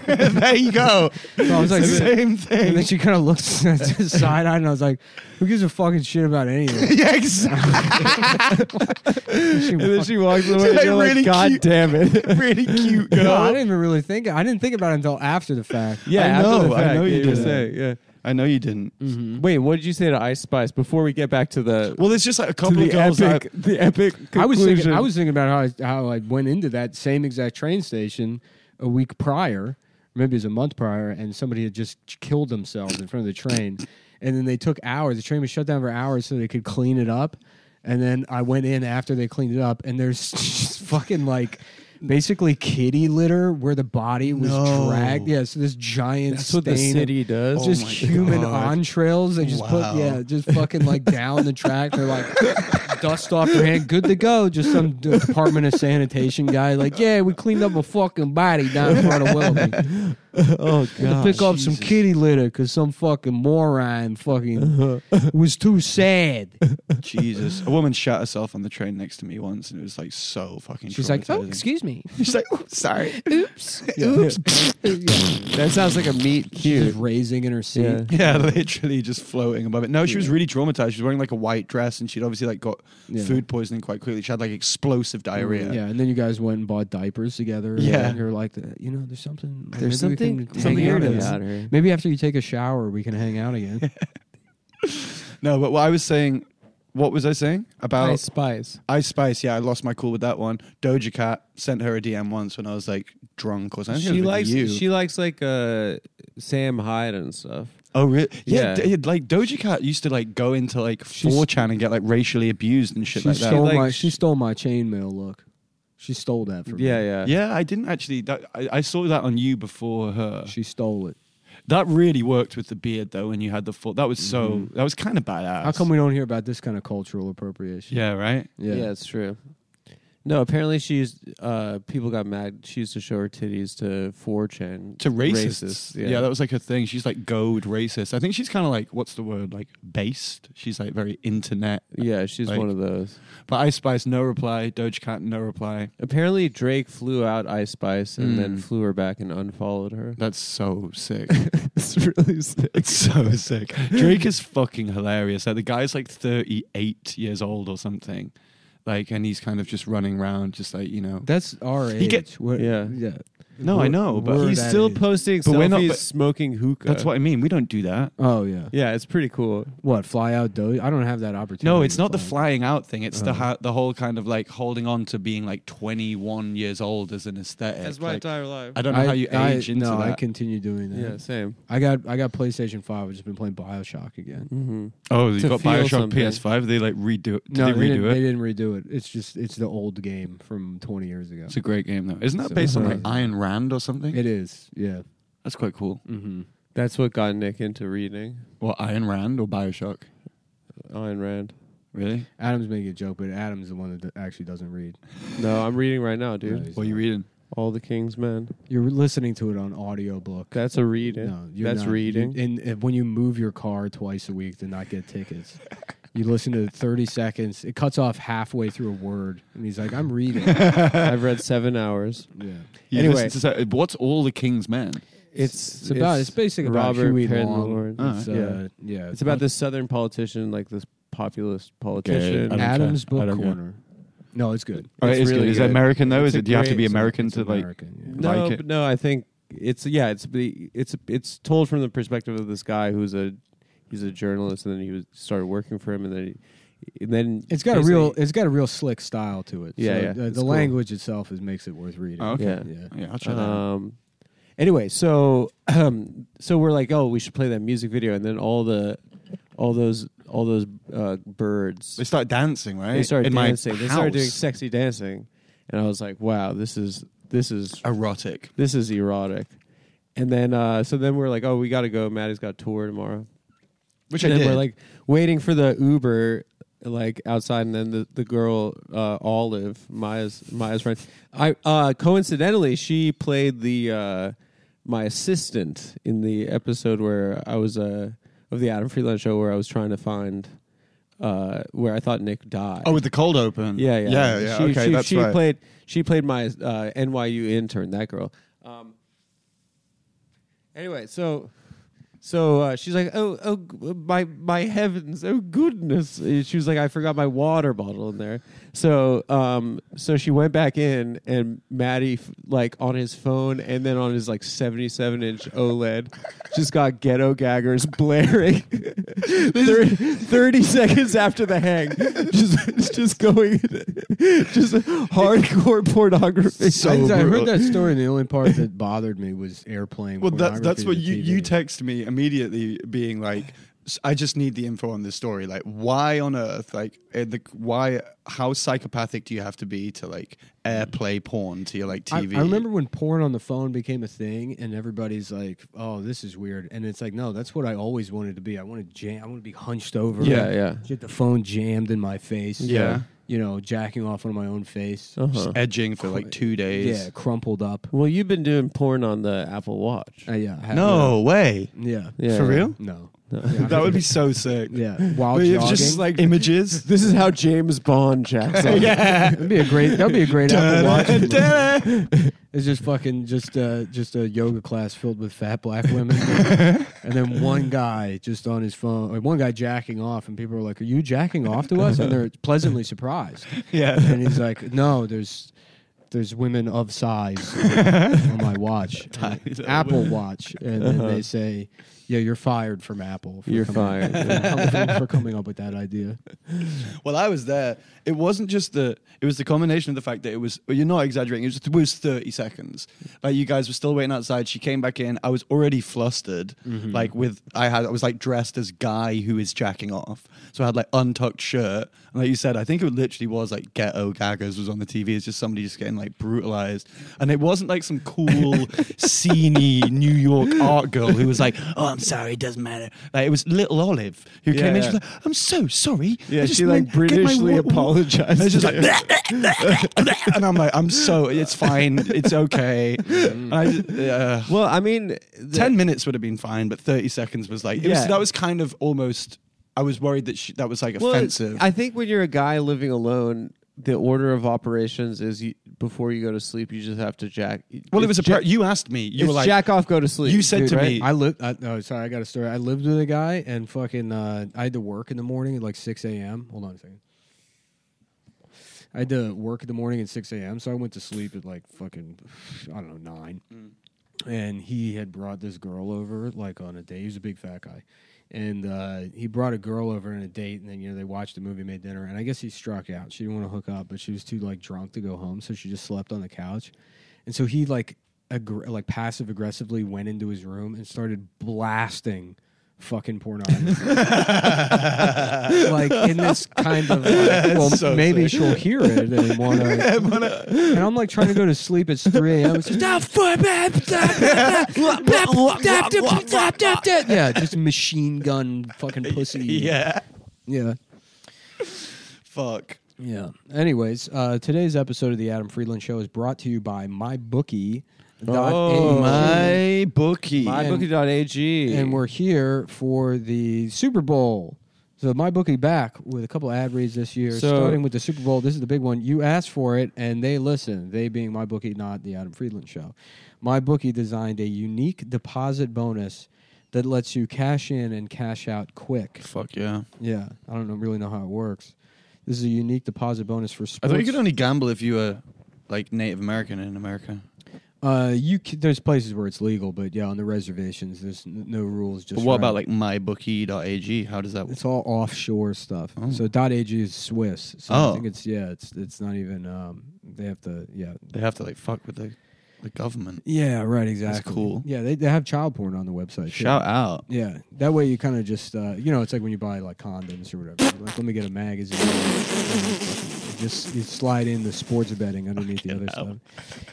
there you go. So I was like, It's the same and then thing. she kind of looked side eye, and I was like, who gives a fucking shit about anything? yeah, exactly. She walked- she walks away and you're like, "God damn it. really cute girl. No, I didn't even really think. I didn't think about it until after the fact. Mm-hmm. Yeah, I after know, the I fact, know you yeah, were did. saying, yeah. I know you didn't. Wait, what did you say to Ice Spice before we get back to the Well, there's just like a to couple of the girls. epic the epic conclusion? I was thinking. I was thinking about how I, how I went into that same exact train station a week prior, maybe it was a month prior, and somebody had just killed themselves in front of the train, and then they took hours. The train was shut down for hours so they could clean it up, and then I went in after they cleaned it up, and there's just fucking like. Basically, kitty litter where the body was No. dragged. Yeah, so this giant That's what the stain of- city does. Oh just my human God. entrails and just Wow. put yeah, just fucking like down the track. They're like dust off your hand, good to go. Just some d- Department of Sanitation guy, like yeah, we cleaned up a fucking body down in front of Willoughby. oh To pick up some Jesus. kitty litter because some fucking moron fucking was too sad. Jesus, a woman shot herself on the train next to me once, and it was like so fucking. She's like, oh, traumatizing." excuse me, She's like, oh, sorry. oops, oops. yeah. That sounds like a meat She's just cute. raising in her seat. Yeah. Yeah, literally just floating above it. No, she was really traumatized. She was wearing like a white dress, and she'd obviously like got Yeah. food poisoning quite quickly. She had like explosive diarrhea. Yeah, and then you guys went and bought diapers together. Yeah. and you're like, you know, there's something. like, There's maybe we can something hang something out weird again. about her. Maybe after you take a shower, we can hang out again. No, but what I was saying, what was I saying about Ice Spice. Ice Spice? Yeah, I lost my cool with that one. Doja Cat sent her a DM once when I was like drunk or something. I think it She was with likes you. she likes like uh Sam Hyde and stuff. Oh really? Yeah. Yeah, d- like Doja Cat used to like go into like She's- 4chan and get like racially abused and shit She like that. stole Like, my sh- she stole my chainmail look. She stole that from me. Yeah, yeah. Yeah, I didn't actually. That, I, I saw that on you before her. She stole it. That really worked with the beard though. When you had the full, that was so. That was kind of badass. How come we don't hear about this kind of cultural appropriation? Yeah, right. Yeah, it's true. No, apparently she's uh people got mad. She used to show her titties to 4chan To racists. yeah. yeah. that was like her thing. She's like goad racist. I think she's kind of like what's the word like based. She's like very internet. yeah, she's Like- one of those. But Ice Spice, no reply. Doja Cat, no reply. Apparently Drake flew out Ice Spice and then flew her back and unfollowed her. That's so sick. It's really sick. It's so sick. Drake is fucking hilarious. Like the guy's like 38 years old or something. Like, and he's kind of just running around, just like, you know. That's our age. get- We're- Yeah. yeah. No, I know, but we're He's that still age. posting But we're selfies not- but- smoking hookah. That's what I mean. We don't uh, do that. Oh yeah. Yeah, it's pretty cool. What fly out doge? I don't have that opportunity. No, it's to not the fly. flying out thing. It's the ha- the whole kind of like holding on to being like 21 years old as an aesthetic. Like, life. I don't know how you I- age into no, that. I continue doing that. Yeah, same. I got I got PlayStation Five. I've just been playing Bioshock again. Mm-hmm. oh, you to got feel Bioshock something. PS5. They like redo it. Did they they redo didn't, it? They didn't redo it. It's just it's the old game from 20 years ago. It's a great game though. Isn't that So- based on like Uh-huh. Iron Rand or something? It is. Yeah. That's quite cool. Mm-hmm. That's what got Nick into reading Well, Iron Rand or Bioshock? Ayn Rand. Really? Adam's making a joke, but Adam's the one that actually doesn't read. No, I'm reading right now, dude. No, he's What are you not. reading? All the King's Men. You're listening to it on audiobook. That's a reading. No, you're That's not. reading. You, and, and when you move your car twice a week to not get tickets, you listen to 30 seconds. It cuts off halfway through a word, and he's like, "I'm reading." yeah. I've read seven hours. You Anyway. listen to- what's all uh, the King's Men? It's It's about it's, basically about Robert Huey Patton Long. Lawrence. Oh, It's, yeah. uh, yeah. It's about this southern politician, like this populist I politician. don't Adam's care. I Book don't care. Corner. No, it's good. All right, it's good. Oh, really Is it good. American though? It's Is a it? Do you have to great be song. American It's to like? American, no, like it? but no, I think it's yeah, it's the it's it's told from the perspective of this guy who's a he's a journalist, and then he was started working for him, and then he, and then It's got a basically- real, it's got a real slick style to it. Yeah, so yeah, uh, The, it's cool. language itself is makes it worth reading. Oh, okay. yeah. Yeah. Yeah, I'll try that. Um, anyway, so um, so we're like, oh, we should play that music video, and then all the all those all those uh, birds they start dancing, right? they started In dancing, My they started doing house. sexy dancing, and I was like, wow, this is this is erotic. this is erotic. And then uh, so then we're like, oh, we got to go. Maddie's got tour tomorrow. Which I and then did. we're like waiting for the Uber like outside and then the, the girl uh, Olive, Maya's Maya's friend. I uh, coincidentally she played the uh, my assistant in the episode where I was uh, of the Adam Freeland show where I was trying to find uh, where I thought Nick died. oh, with the cold open. Yeah, yeah, yeah, yeah. She, okay, she, that's she right. played. She played my uh, NYU intern. That girl. Um, anyway, so so uh, she's like, oh, oh, g- my my heavens, oh goodness. Uh, She was like, I forgot my water bottle in there. So um, so she went back in, and Maddie f- like on his phone, and then on his like seventy seven inch OLED, just got ghetto gaggers blaring. 30, 30 seconds after the hang, just just going, just hardcore pornography. So I, I brutal. heard that story, and the only part that bothered me was airplane. Well, that's that's what you you take. text me immediately, being like, "S- "I just need the info on this story. Like, why on earth? Like, eh, the why? How psychopathic do you have to be to like airplay porn to your like I- TV? I, remember when porn on the phone became a thing, and everybody's like, "Oh, this is weird," and it's like, no, that's what I always wanted to be. I want to jam. I want to be hunched over. Yeah, and yeah. Get the phone jammed in my face. Yeah. You know, jacking off on my own face. Oh, Just edging for like two days. Yeah, crumpled up. Uh-huh. Well, you've been doing porn on the Apple Watch. Uh, yeah. I had- No way. Yeah. Yeah. For real? No. That would be so sick. Yeah. While But it's jogging. just like images. This is how James Bond jacks off. That'd be a great. That'd be a great Apple Watch. Da-da. It's just fucking just uh, just a yoga class filled with fat black women, and then one guy just on his phone, like one guy jacking off, and people are like, "Are you jacking off to us?" And they're pleasantly surprised. yeah. And he's like, "No, there's there's women of size on my watch, Apple Watch," and then they say, "Yeah, you're fired from Apple. For You're coming- fired. for coming- for coming up with that idea." Well, I was there. It wasn't just the. It was the combination of the fact that it was. You're not exaggerating. It was, it was 30 seconds. Like you guys were still waiting outside. She came back in. I was already flustered. Like with I had I was like dressed as guy who is jacking off. So I had like untucked shirt. And like you said, I think it literally was like ghetto gaggers was on the TV. It's just somebody just getting like brutalized. And it wasn't like some cool sceney New York art girl who was like, "Oh, I'm sorry, it doesn't matter." Like it was Little Olive who Yeah, came in. yeah. She was like, I'm so sorry. Yeah, I just she, like, meant get my Britishly wa- apologized. And, it's just like, and I'm like, I'm so, it's fine. It's okay. And I just- uh, Well, I mean, the- 10 minutes would have been fine, but 30 seconds was like, it Yeah. was, that was kind of almost, I was worried that she, that was like well, offensive. I think when you're a guy living alone, the order of operations is you, before you go to sleep, you just have to jack. well, it it's was a, jack, pre- you asked me, you it's were like, jack off, go to sleep. you said dude, to right? me, I lived. I, oh, sorry, I got a story. I lived with a guy, and fucking, uh, I had to work in the morning at like six a.m. Hold on a second. I had to work in the morning at six a.m., so I went to sleep at like fucking, I don't know, nine. And he had brought this girl over like on a date. He was a big fat guy, and uh, he brought a girl over on a date, and then you know they watched a movie, made dinner, and I guess he struck out. She didn't want to hook up, but she was too like drunk to go home, so she just slept on the couch, and so he like aggr- like passive aggressively went into his room and started blasting fucking pornography. like in this kind of like, well, so maybe sick. she'll hear it and want to. And I'm like trying to go to sleep. It's three a.m. It's just, "Ah, fuck, ah, ah, ah, ah, ah, ah, ah, ah, ah." yeah, just machine gun fucking pussy. yeah, yeah. fuck. Yeah. Anyways, uh, today's episode of the Adam Friedland Show is brought to you by MyBookie. Oh, My bookie. And- mybookie.ag. and we're here for the Super Bowl. So my bookie back with a couple ad reads this year, So- starting with the Super Bowl. This is the big one. You asked for it, and they listen. They being my bookie, not the Adam Friedland show. My bookie designed a unique deposit bonus that lets you cash in and cash out quick. Fuck yeah. Yeah, I don't know, really know how it works. This is a unique deposit bonus for I sports. thought you could only gamble if you were like Native American in America. Uh, you c- there's places where it's legal, but yeah, on the reservations, there's n- no rules. Just But what for- about like mybookie.ag? How does that work? It's all offshore stuff. Oh. So .ag is Swiss. So I Oh. think it's yeah, it's it's not even um they have to yeah. They have to like fuck with the, the government. Yeah, right exactly. cool. Yeah, they, they have child porn on the website. too. Shout out. Yeah. That way you kind of just uh you know, it's like when you buy like condoms or whatever. You're Like let me get a magazine. You just you slide in the sports betting underneath the other stuff.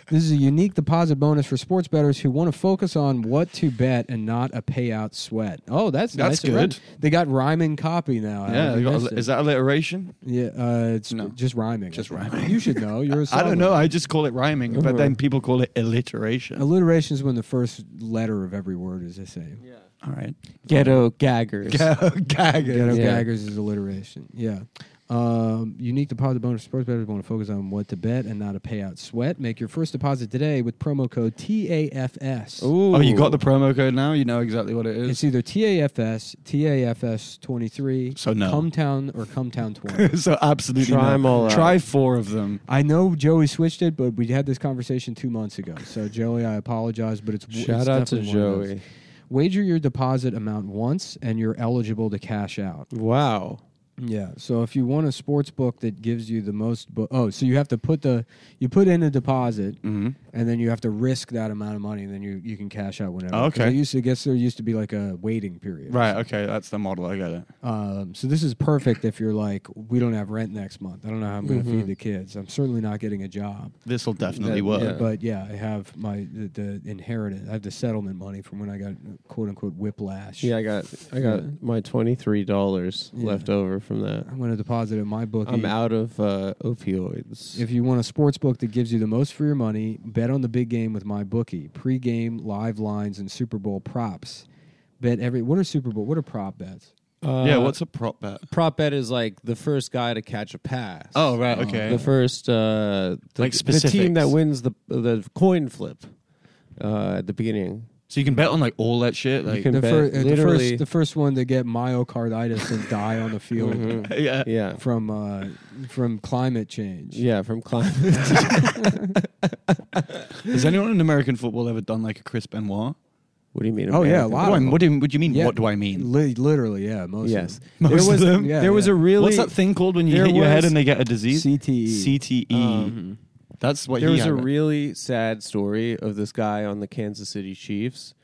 This is a unique deposit bonus for sports bettors who want to focus on what to bet and not a payout sweat. Oh, that's, That's nice and rhyme- good. They got rhyming copy now. I Yeah, haven't they got, missed it. is that alliteration? Yeah, uh, it's No. just rhyming. Just I think. rhyming. You should know. You're a I don't songwriter. know. I just call it rhyming, but Mhm. then people call it alliteration. Alliteration is when the first letter of every word is the same. All right. Ghetto gaggers. Ghetto Gaggers. Yeah. gaggers is alliteration. Yeah. Um, unique deposit bonus sports bettors want to focus on what to bet and not a payout sweat. Make your first deposit today with promo code TAFS. Ooh. Oh, you got the promo code now? You know exactly what it It's is. either TAFS, TAFS 23, So no. Cumtown, or Cumtown 20. so absolutely Try no. 'em all out. Try four of them. I know Joey switched it, but we had this conversation two months ago. So, Joey, I apologize, but it's it's Shout out to definitely one of those. Joey. Wager your deposit amount once, and you're eligible to cash out. Wow. Yeah. So if you want a sports book that gives you the most, bo- oh, so you have to put the you put in a deposit, Mm. and then you have to risk that amount of money, and then you you can cash out whenever. Oh, okay. 'Cause I used to I guess there used to be like a waiting period. Right. Okay. That's the model. I get it. Um, so this is perfect if you're like, we don't have rent next month. I don't know how I'm going to feed the kids. I'm certainly not getting a job. This will definitely That- work. yeah. But yeah, I have my the, the inheritance. I have the settlement money from when I got quote unquote whiplash. Yeah, I got I got my twenty three dollars Yeah. left over from that. I'm going to deposit it in my bookie. I'm out of uh, opioids. If you want a sports book that gives you the most for your money, bet on the big game with my bookie. Pre-game live lines and Super Bowl props. Bet every. What are Super Bowl? What are prop bets? uh, yeah. What's a prop bet? prop bet is like the first guy to catch a pass. Oh, right. Okay. the first uh, the, Like the team that specifics. wins the the coin flip uh, at the beginning. so you can bet on like all that shit. Like, can- The, bet fir- uh, the literally- first, the first one to get myocarditis and die on the field Mm-hmm. yeah. Yeah, from uh, from climate change. yeah, from climate. Has anyone in American football ever done like a Chris Benoit? what do you mean? Oh, yeah, a American? lot. What, of do I- what, do you, what do you mean? Yeah. What do I mean? Li- literally, yeah, most. of Yes, them. Most there was of them? Yeah, there was yeah. a really What's that thing called when you There hit your was head and they get a disease? CTE. CTE. Um, That's what there he was had. a really sad story of this guy on the Kansas City Chiefs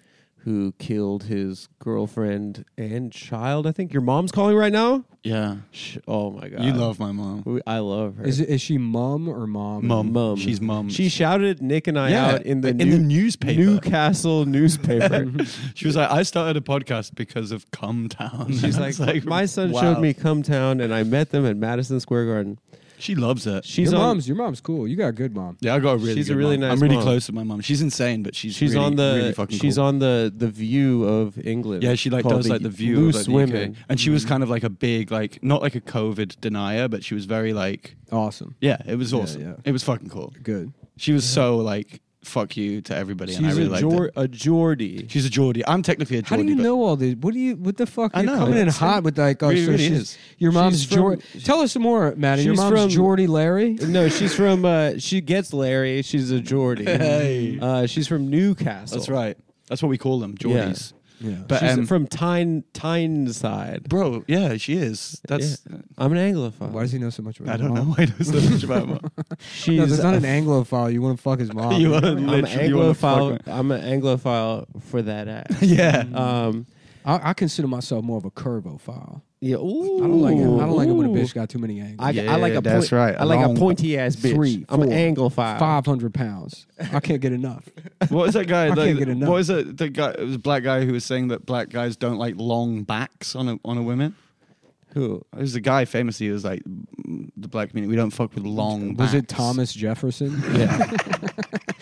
who killed his girlfriend and child. I think your mom's calling right now. yeah. Sh- Oh my god, You love my mom. We- I love her. Is it- is she mum or mom? Mum. mum? She's mum. She shouted Nick and I Yeah, out in the in the newspaper. Newcastle newspaper. She was like, I started a podcast because of Come Town. She's I like, was my son wow. showed me Come Town, and I met them at Madison Square Garden. She loves it. She's um, your on. mom's your mom's cool. You got a good mom. yeah, I got a really. she's a good really mum. nice I'm really mum. close to my mom. She's insane, but she's She's really, on the really fucking she's cool. on the the View of England. Yeah, she like called does like the view Loose of like, the UK. women. and she was Mm-hmm. kind of like a big like not like a COVID denier, but she was very like Awesome. yeah, it was awesome. yeah. It was fucking cool. Good. She was so like fuck you to everybody, She's and I really a, liked Jor- it. a Geordie. She's a Geordie. I'm technically a How Geordie. do you but know all this? What do you? What the fuck? I You're know. coming in It's- hot with like, oh, It so really she's is. your mom's She's from- Geordi. Tell us some more, Maddie. Your She's mom's from- Geordie Larry. No, she's from. Uh, she gets Larry. She's a Geordie. Hey. Uh, she's from Newcastle. That's right. That's what we call them, Geordies. Yeah. But she's um, from Tyne Tyneside. bro, yeah, she is. That's Yeah. I'm an Anglophile. Why does he know so much about? I his don't mom? know why there's so much about mom. She's No, there's not a- an Anglophile. You want to fuck his mom? You wanna I'm an literally wanna fuck Anglophile. me. I'm an Anglophile for that ass. Yeah. um. I, I consider myself more of a curvophile. Yeah. Ooh. I don't like. It. I don't like it when a bitch got too many I, angles. I like Yeah, a that's point, right. I like Long- a pointy ass bitch. Three, I'm an four, Anglophile. Five hundred pounds. I can't get enough. What was that guy? I the, can't get enough. What was that? The guy it was a black guy who was saying that black guys don't like long backs on a on a woman. Who? It was a guy famously who was like "Mm, the black community. We don't fuck with long. Was it backs." Thomas Jefferson? Yeah.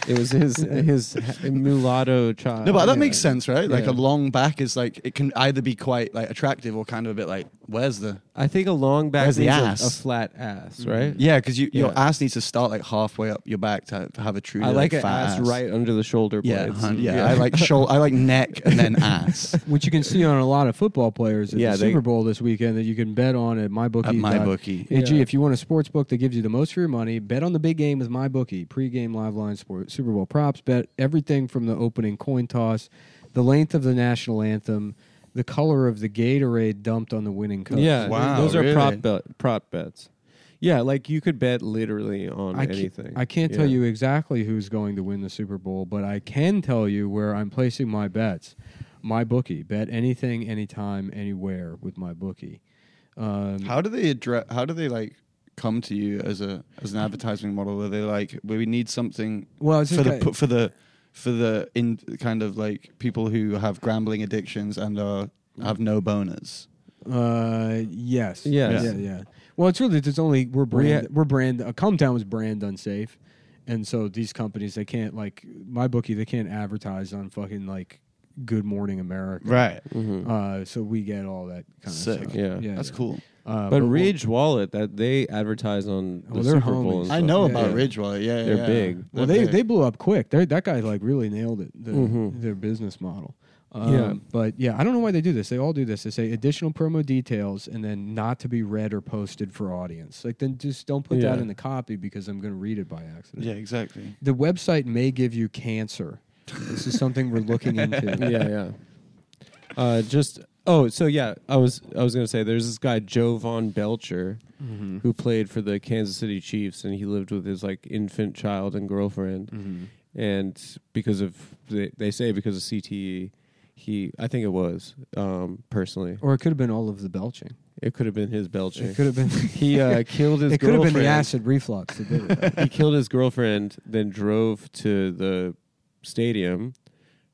it was his his mulatto child. No, but that Yeah. makes sense, right? Like Yeah. a long back is like it can either be quite like attractive or kind of a bit like Where's the? I think a long back Where's the means a- ass? A, flat ass, right? Yeah, because you, your Yeah. ass needs to start like halfway up your back to, to have a true. I like like an fat ass, right under the shoulder Yeah, blades. hun- yeah, I like shoulder. I like neck and then ass. which you can see on a lot of football players at Yeah, the they- Super Bowl this weekend that you can bet on at MyBookie. At MyBookie. Hey, gee, Yeah. if you want a sports book that gives you the most for your money, bet on the big game with MyBookie. Pre-game live line sport, Super Bowl props, bet everything from the opening coin toss, the length of the national anthem, the color of the Gatorade dumped on the winning coach. Yeah, Wow, those are really? prop bet, prop bets. Yeah, like you could bet literally on I can't, anything. I can't Yeah. tell you exactly who's going to win the Super Bowl, but I can tell you where I'm placing my bets. My bookie bet anything, anytime, anywhere with my bookie. Um, How do they address? How do they like come to you as a as an advertising model? Are they like we need something? Well, it's for the okay. pu- for the for the in kind of like people who have gambling addictions and are have no boners. Uh, yes. Yes. Yeah, yeah. Well, it's really it's only we're brand ha- we're brand uh, Cometown was brand unsafe, and so these companies they can't like my bookie they can't advertise on fucking like Good Morning America. Right. Uh, so we get all that kind Sick. of stuff. Yeah. That's cool. Uh, But we'll- Ridge Wallet that they advertise on the Well, Oh, they're Super Bowl. homies. and I I stuff. know Yeah. about Yeah. Ridgeway. Yeah, They're yeah. big. Well, they big. they blew up quick. They that guy like really nailed it. Their, their business model. Um, Mm-hmm. Yeah. but yeah, I don't know why they do this. They all do this. They say additional promo details and then not to be read or posted for audience. Like then just don't put that Yeah. in the copy because I'm going to read it by accident. yeah, exactly. The website may give you cancer. This is something we're looking into. yeah, yeah. Uh, just oh, so yeah, I was I was gonna say there's this guy Joe Von Belcher Mm-hmm. who played for the Kansas City Chiefs, and he lived with his like infant child and girlfriend, Mm. Mm-hmm. and because of they, they say because of CTE, he I think it was um, personally Or it could have been all of the belching. it could have been his belching. It could have been. he uh, killed his. it could have been the girlfriend. acid reflux. That did it. he killed his girlfriend, then drove to the stadium,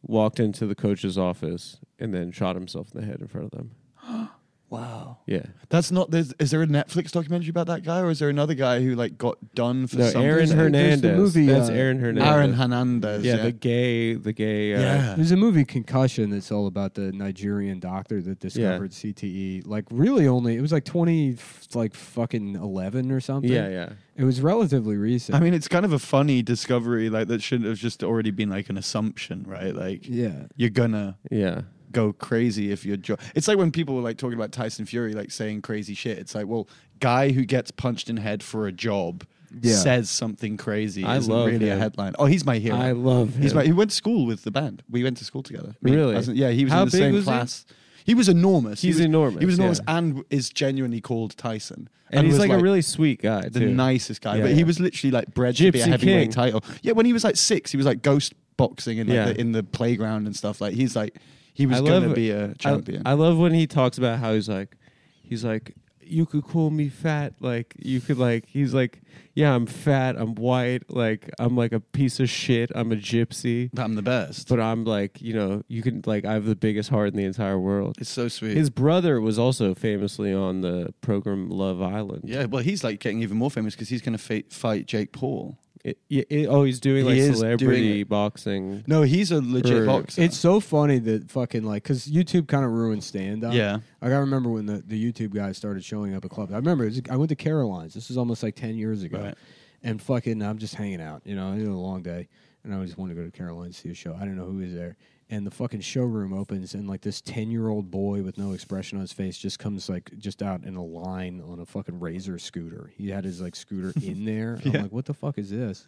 walked into the coach's office, and then shot himself in the head in front of them. Wow. Yeah. That's not. There's, is there a Netflix documentary about that guy, or is there another guy who like got done for No, something? Aaron Hernandez. movie, That's uh, Aaron Hernandez. Aaron Hernandez. yeah, Yeah. the gay, the gay. Uh, Yeah. There's a movie Concussion that's all about the Nigerian doctor that discovered CTE. Like really only it was like 20 f- like fucking 11 or something. yeah, yeah. It was relatively recent. I mean, it's kind of a funny discovery, like that should have just already been like an assumption, right? Like, yeah. you're gonna Yeah. go crazy if you're. Jo- it's like when people were like talking about Tyson Fury, like saying crazy shit. It's like, well, guy who gets punched in head for a job Yeah. says something crazy. I isn't love really a him. headline. Oh, he's my hero. I love He's him. my, he went to school with the band. We went to school together. Really? as in- yeah, he was How in the big same was he? class. He? was enormous. He's he was, enormous, He was enormous yeah. and is genuinely called Tyson. And, he's was, like, a really sweet guy. the too. nicest guy. Yeah, but he yeah. was literally like bred to be a Gypsy heavyweight King. title. Yeah, when he was like six, he was like ghost boxing and like Yeah. the, in the playground and stuff. Like he's like he was I gonna love- be a champion. I, I love when he talks about how he's like, he's like, you could call me fat, like you could like, he's like, yeah, I'm fat, I'm white, like I'm like a piece of shit, I'm a gypsy, I'm the best. but I'm like, you know, you can like, I have the biggest heart in the entire world. it's so sweet. His brother was also famously on the program Love Island. yeah, well, he's like getting even more famous because he's gonna fa- fight Jake Paul. It- yeah, it- oh, he's doing He like is doing celebrity it. boxing. No, he's a legit Or- boxer. It's so funny that fucking like cuz YouTube kind of ruined stand up. Yeah. Like I remember when the, the YouTube guys started showing up at clubs. I remember it was, I went to Caroline's. This was almost like 10 years ago. Right. And fucking I'm just hanging out, you know, it was a long day and I just wanted to go to Caroline's to see a show. I didn't know who was there. And the fucking showroom opens and like this 10-year-old boy with no expression on his face just comes like just out in a line on a fucking Razor scooter. He had his like scooter in there. I'm like, "What the fuck is this?"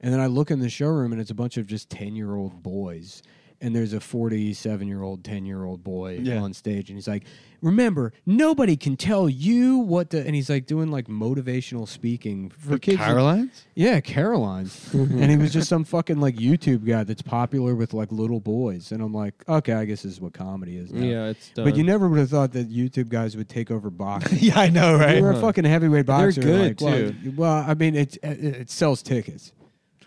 And then I look in the showroom and it's a bunch of just 10-year-old boys. And there's a 47 year old, 10 year old boy Yeah. on stage. And he's like, Remember, nobody can tell you what to. And he's like doing like motivational speaking for kids. Caroline's. Yeah, Caroline's. and he was just some fucking like YouTube guy that's popular with like little boys. And I'm like, Okay, I guess this is what comedy is now. Yeah, it's done. But you never would have thought that YouTube guys would take over boxing. yeah, I know, If right? you were a fucking heavyweight boxer. like, good, well, too. Well, I mean, it, it, it sells tickets.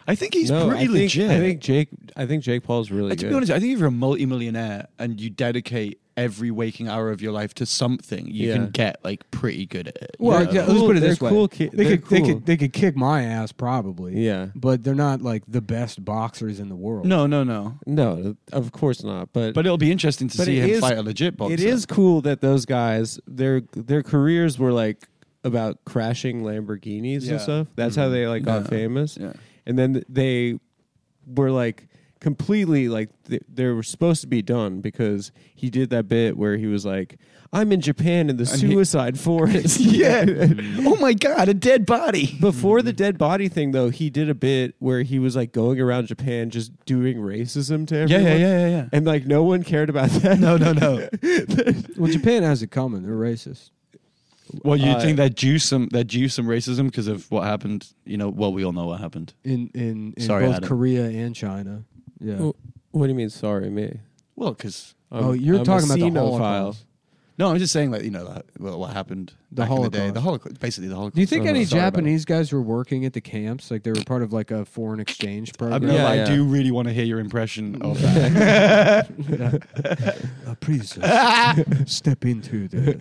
I think he's no, pretty I think, legit. I think Jake. I think Jake Paul's really Uh, good. to be honest, I think if you're a multimillionaire and you dedicate every waking hour of your life to something, you Yeah. can get like pretty good at it. Well, you know? yeah, cool- let's put it they're this way: cool ki- they they're could they cool. could they could kick my ass probably. Yeah. but they're not like the best boxers in the world. no, no, no. no, of course not. But But it'll be interesting to But see it him is- fight a legit boxer. it is cool that those guys their their careers were like about crashing Lamborghinis Yeah. Mm-hmm. and stuff. That's how they like got Yeah. famous. Yeah. And then they were like completely like they, they were supposed to be done because he did that bit where he was like, "I'm in Japan in the he- suicide forest." Yeah. Mm-hmm. oh my god, a dead body. Before the dead body thing, though, he did a bit where he was like going around Japan just doing racism to Yeah, everyone. yeah, yeah, yeah, yeah. And like no one cared about that. No, no, no. well, Japan has it coming. They're racist. Well, you Uh, think they're due some they're due some racism because of what happened? You know, well, we all know what happened. in in, in Sorry, both Adam. Korea and China. Yeah. Wh- What do you mean? Sorry, me. Well, because oh, you're I'm a talking about the xenophile. Holocaust. no, I'm just saying, like you know, that, well, what happened The back in the day, Holocaust. the Holocaust, basically the Holocaust. Do you think Oh, any sorry about Japanese guys were working at the camps? Like they were part of like a foreign exchange I, program? mean, Yeah, I yeah. do really want to hear your impression of that. A priest, step into the.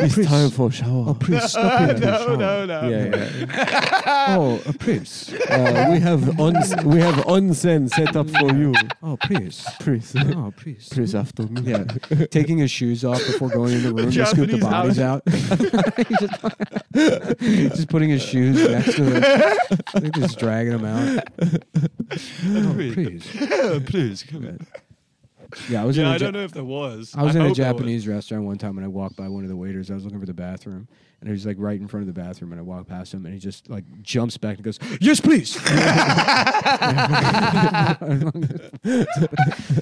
it's Time for shower. A priest, step into the shower. yeah, yeah. Oh, a priest. Uh, we have ons- we have onsen set up for you. Oh, priest. Please, Oh, priest. please after me. Yeah, taking his shoes off before going in the room to scoot the Japanese bodies out. He's just, just putting his shoes next to the. They're just dragging them out. Oh, priest. Please come in. Yeah, I was. in Yeah, a I Ja- don't know if there was. I was in a hope there was. Japanese restaurant one time, and I walked by one of the waiters. I was looking for the bathroom, and he was like right in front of the bathroom. And I walked past him, and he just like jumps back and goes, "Yes, please."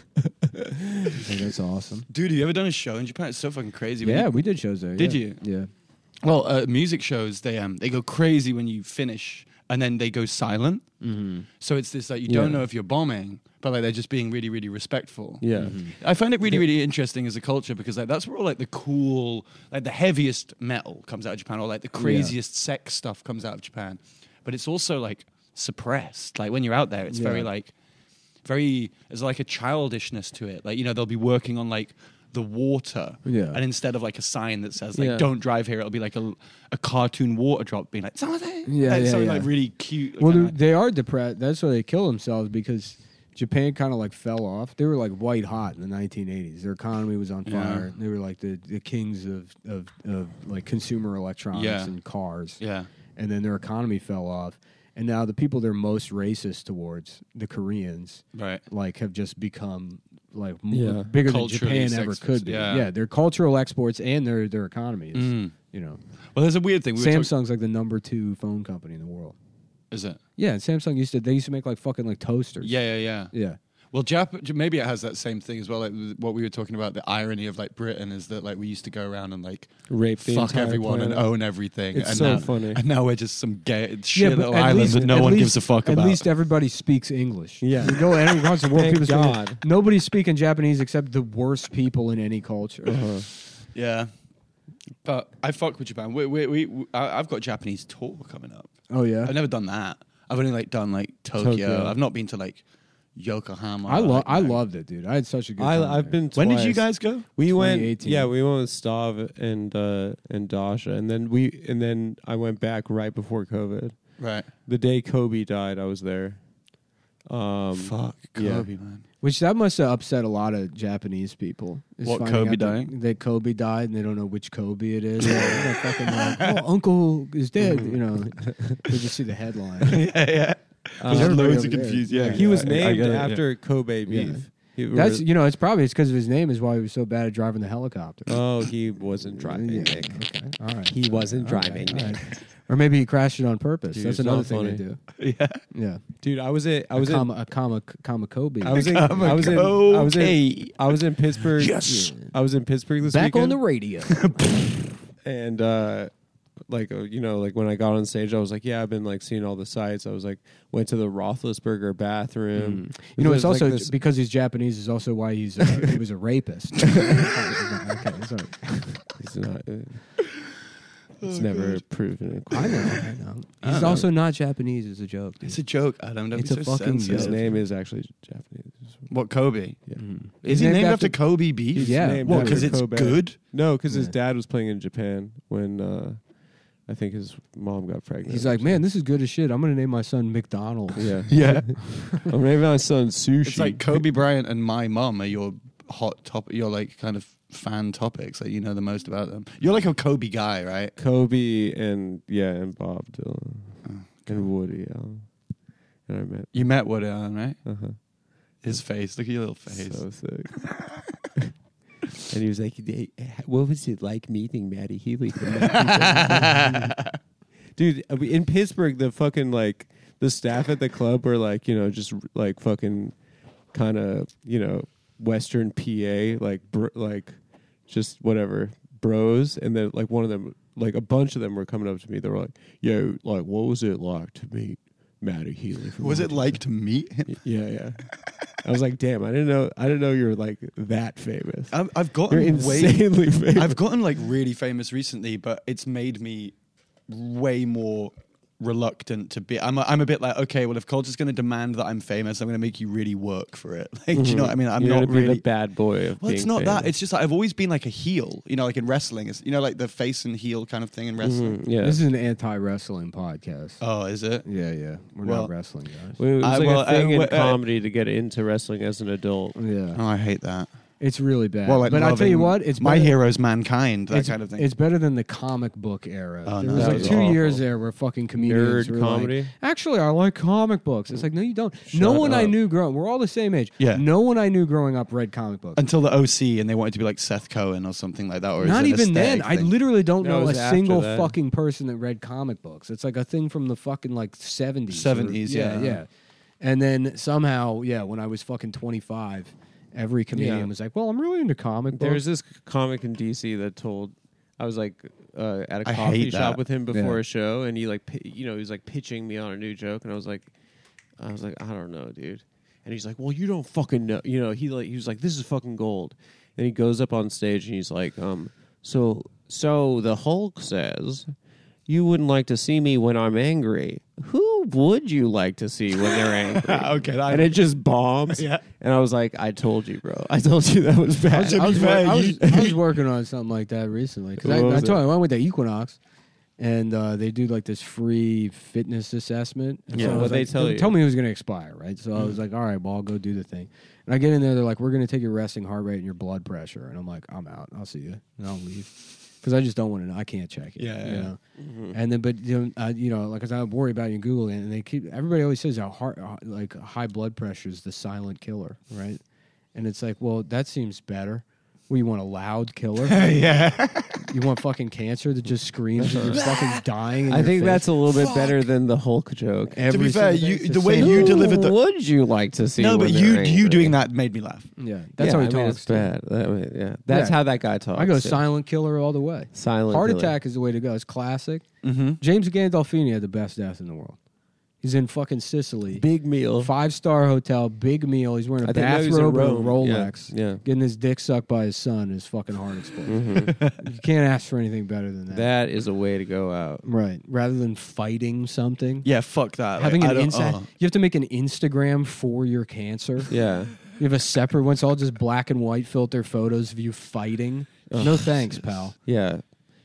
Hey, that's awesome. Dude, have you ever done a show in Japan? It's so fucking crazy. when Yeah, you- we did shows there. Did yeah. you? Yeah. well, uh, music shows they um they go crazy when you finish and then they go silent. Mm-hmm. So it's this like you don't Yeah. know if you're bombing, but like they're just being really really respectful. Mm-hmm. Yeah. I find it really, really interesting as a culture because like that's where all like the cool, like the heaviest metal comes out of Japan, or like the craziest sex stuff comes out of Japan. But it's also like suppressed. Like when you're out there, it's very Yeah. like very there's like a childishness to it. Like you know they'll be working on like the water, Yeah. and instead of like a sign that says like Yeah. "Don't drive here," it'll be like a, a cartoon water drop being like "Something," Yeah, like, yeah, something yeah. like really cute. Well, kinda they're- like- they are depressed. That's why they kill themselves because Japan kind of like fell off. They were like white hot in the 1980s. Their economy was on Yeah. fire. They were like the, the kings of, of, of like consumer electronics Yeah. and cars. yeah. And then their economy fell off. And now the people they're most racist towards, the Koreans, Right. like have just become like m- Yeah. bigger Culturally than Japan ever sexist, could be. yeah. their cultural exports and their their economy is, you know. Well, there's a weird thing. We were talk- Samsung's like the number 2 phone company in the world. is it? Yeah, and Samsung used to. They used to make like fucking like toasters. Yeah, yeah, yeah. yeah. Well, Jap- J- maybe it has that same thing as well. Like th- what we were talking about, the irony of like Britain is that like we used to go around and like Rape the fuck entire everyone planet. and own everything. It's and so now, funny. And now we're just some gay shit oh, yeah, little island that no at one least- gives a fuck At about. least uh, everybody speaks English. Yeah. you go anywhere across the world, Thank people speak English. God. Nobody's speaking Japanese except the worst people in any culture. Uh-huh. yeah. But I fuck with Japan. We, we, we, we- I, I've got a Japanese tour coming up. Oh yeah, I've never done that. I've only like done like Tokyo. Tokyo. I've not been to like Yokohama. I love. like, I no. loved it, dude. I had such a good. I, time I've there. been. When did you twice. guys go? We went. 2018. Yeah, we went with Stav and uh, and Dasha, and then we and then I went back right before COVID. Right. The day Kobe died, I was there. Um, Fuck yeah. Kobe, man. Which that must have upset a lot of Japanese people. is What, finding Kobe out that- dying? That Kobe died, and they don't know which Kobe it is. They're fucking like, oh, Uncle is dead. You know, they just see the headline. yeah, yeah. There's everybody loads over of there. confusion. Yeah, he was I- I get named it, yeah. after Kobe beef. He- That's you know, it's probably it's because of his name is why he was so bad at driving the helicopter. oh, he wasn't driving. Yeah, Nick. Okay. All right. He wasn't driving. All right. Or maybe he crashed it on purpose. Dude, That's it's another not thing they funny. do. Yeah. Yeah. Dude, I was at I was a in comma, a comma, comma Kobe. I was in I was in I was in Okay. I was in Pittsburgh. Yes. I was in Pittsburgh this back on weekend. the radio. and uh like uh, you know like when i got on stage i was like yeah i've been like seeing all the sites i was like went to the roethlisberger bathroom Mm. you know, There's, it's also like, this- because he's Japanese. Is also why he's uh, he was a rapist. okay, sorry. it's not- uh, It's never proven. in court. Oh, I know. I know. He's also not Japanese. Is a joke. dude. It's a joke, Adam. Don't It's be a so fucking. His sensitive. name is actually Japanese. What Kobe? Yeah. Is Mm-hmm. He's he named after Kobe beef? He's Yeah. named What? after Because it's Kobe. good. No, because his dad was playing in Japan when uh, I think his mom got pregnant. He's like, man, this is good as shit. I'm gonna name my son McDonald. yeah. Yeah. or maybe my son sushi. It's like Kobe Bryant and my mum are your hot top. Your like kind of fan topics. Like you know the most about them. You're like a Kobe guy, right? Kobe and yeah, and Bob Dylan and Woody Allen. And I met. You met Woody Allen, right? Uh-huh. His face. Look at your little face. So sick. and he was like, "They- "What was it like meeting Maddie Healy?" from that people?" Dude, uh, we- in Pittsburgh, the fucking like the staff at the club were like, you know, just like fucking kind of you know Western PA, like br- like just whatever bros, and then like one of them, like a bunch of them were coming up to me. They were like, "Yo, like, what was it like to meet Maddie Healy?" from Was Woody it like to meet him? yeah, yeah. I was like, damn, I didn't know. I didn't know you were like that famous. I'm, I've You're gotten way. insanely famous. I've gotten like really famous recently, but it's made me way more reluctant to be. I'm a, I'm a bit like, okay, well, if culture's going to demand that I'm famous, I'm going to make you really work for it. Like, do you Mm-hmm. know what I mean? I'm You're not gonna be really. the bad boy. Of well, it's being not that. famous. It's just like I've always been like a heel, you know, like in wrestling, it's, you know, like the face and heel kind of thing in wrestling. Mm, yeah. This is an anti-wrestling podcast. Oh, is it? yeah, yeah. We're Well- not wrestling guys. Uh, Well, it was I- like well, a thing uh, in wh- uh, comedy to get into wrestling as an adult. yeah, Oh, I hate that. it's really bad. Well, like but I tell you loving- what, it's my better- hero's mankind, that it's, kind of thing. It's better than the comic book era. Oh, there no, was that like was two awful. years there where fucking comedians Nerd were comedy? like, actually, I like comic books. It's like, no, you don't. no Shut one I up. knew growing. We're all the same age. Yeah. No one I knew growing up read comic books. until the OC, and they wanted to be like Seth Cohen or something like that. Or Not it's an even then. aesthetic I thing. literally don't No, it know a was after single that. fucking person that read comic books. It's like a thing from the fucking like seventies. 70s, yeah. yeah, yeah. And then somehow, yeah, when I was fucking twenty five, every comedian Yeah. was like, "Well, I'm really into comic books." There was this comic in DC that told I was like uh, at a I coffee hate shop that. with him before Yeah. a show, and he like pi- you know he was like pitching me on a new joke, and I was like, I was like, I don't know, dude. And he's like, Well, you don't fucking know, you know. He like he was like, This is fucking gold. And he goes up on stage and he's like, um, so so the Hulk says. You wouldn't like to see me when I'm angry. Who would you like to see when they're angry? Okay, that- and it just bombs. Yeah. And I was like, I told you, bro. I told you that was bad. I was, wor- fair, I, you- was, I was working on something like that recently because I, What was I told you, it? I went with the Equinox, and uh, they do like this free fitness assessment. And Yeah, I was what'd they like- tell you? Mm. Told me it was going to expire, right? So I was like, all right, well, I'll go do the thing. And I get in there, they're like, we're going to take your resting heart rate and your blood pressure, and I'm like, I'm out. I'll see you, and I'll leave. Because I just don't want to know. I can't check it. Yeah, you yeah. know? Mm-hmm. And then, but you know, uh, you know, like 'cause I worry about you Google it, and they keep everybody always says how heart, uh, like high blood pressure is the silent killer, right? And it's like, well, that seems better. Well, you want a loud killer? yeah. you want fucking cancer that just screams that you're fucking dying? in I your think face? that's a little bit better than the Hulk joke. every to be fair, single you, day. It's the way same- you delivered the would you like to see? no, but you you doing that made me laugh. yeah, that's how he I mean, talks. it's dude. bad. That way- yeah, that's Yeah. how that guy talks. I go yeah. silent killer all the way. Silent Heart killer. attack is the way to go. It's classic. Mm-hmm. James Gandolfini had the best death in the world. He's in fucking Sicily. Big meal. Five star hotel, big meal. He's wearing a I think now he's in bathrobe and a Rome. Yeah, Rolex. yeah. Getting his dick sucked by his son. His fucking heart explodes. you can't ask for anything better than that. That is a way to go out. Right. Rather than fighting something. Yeah, fuck that. Having like, an I don't- insta- oh. you have to make an Instagram for your cancer. Yeah, You have a separate one. It's all just black and white filter photos of you fighting. no thanks, pal. yeah.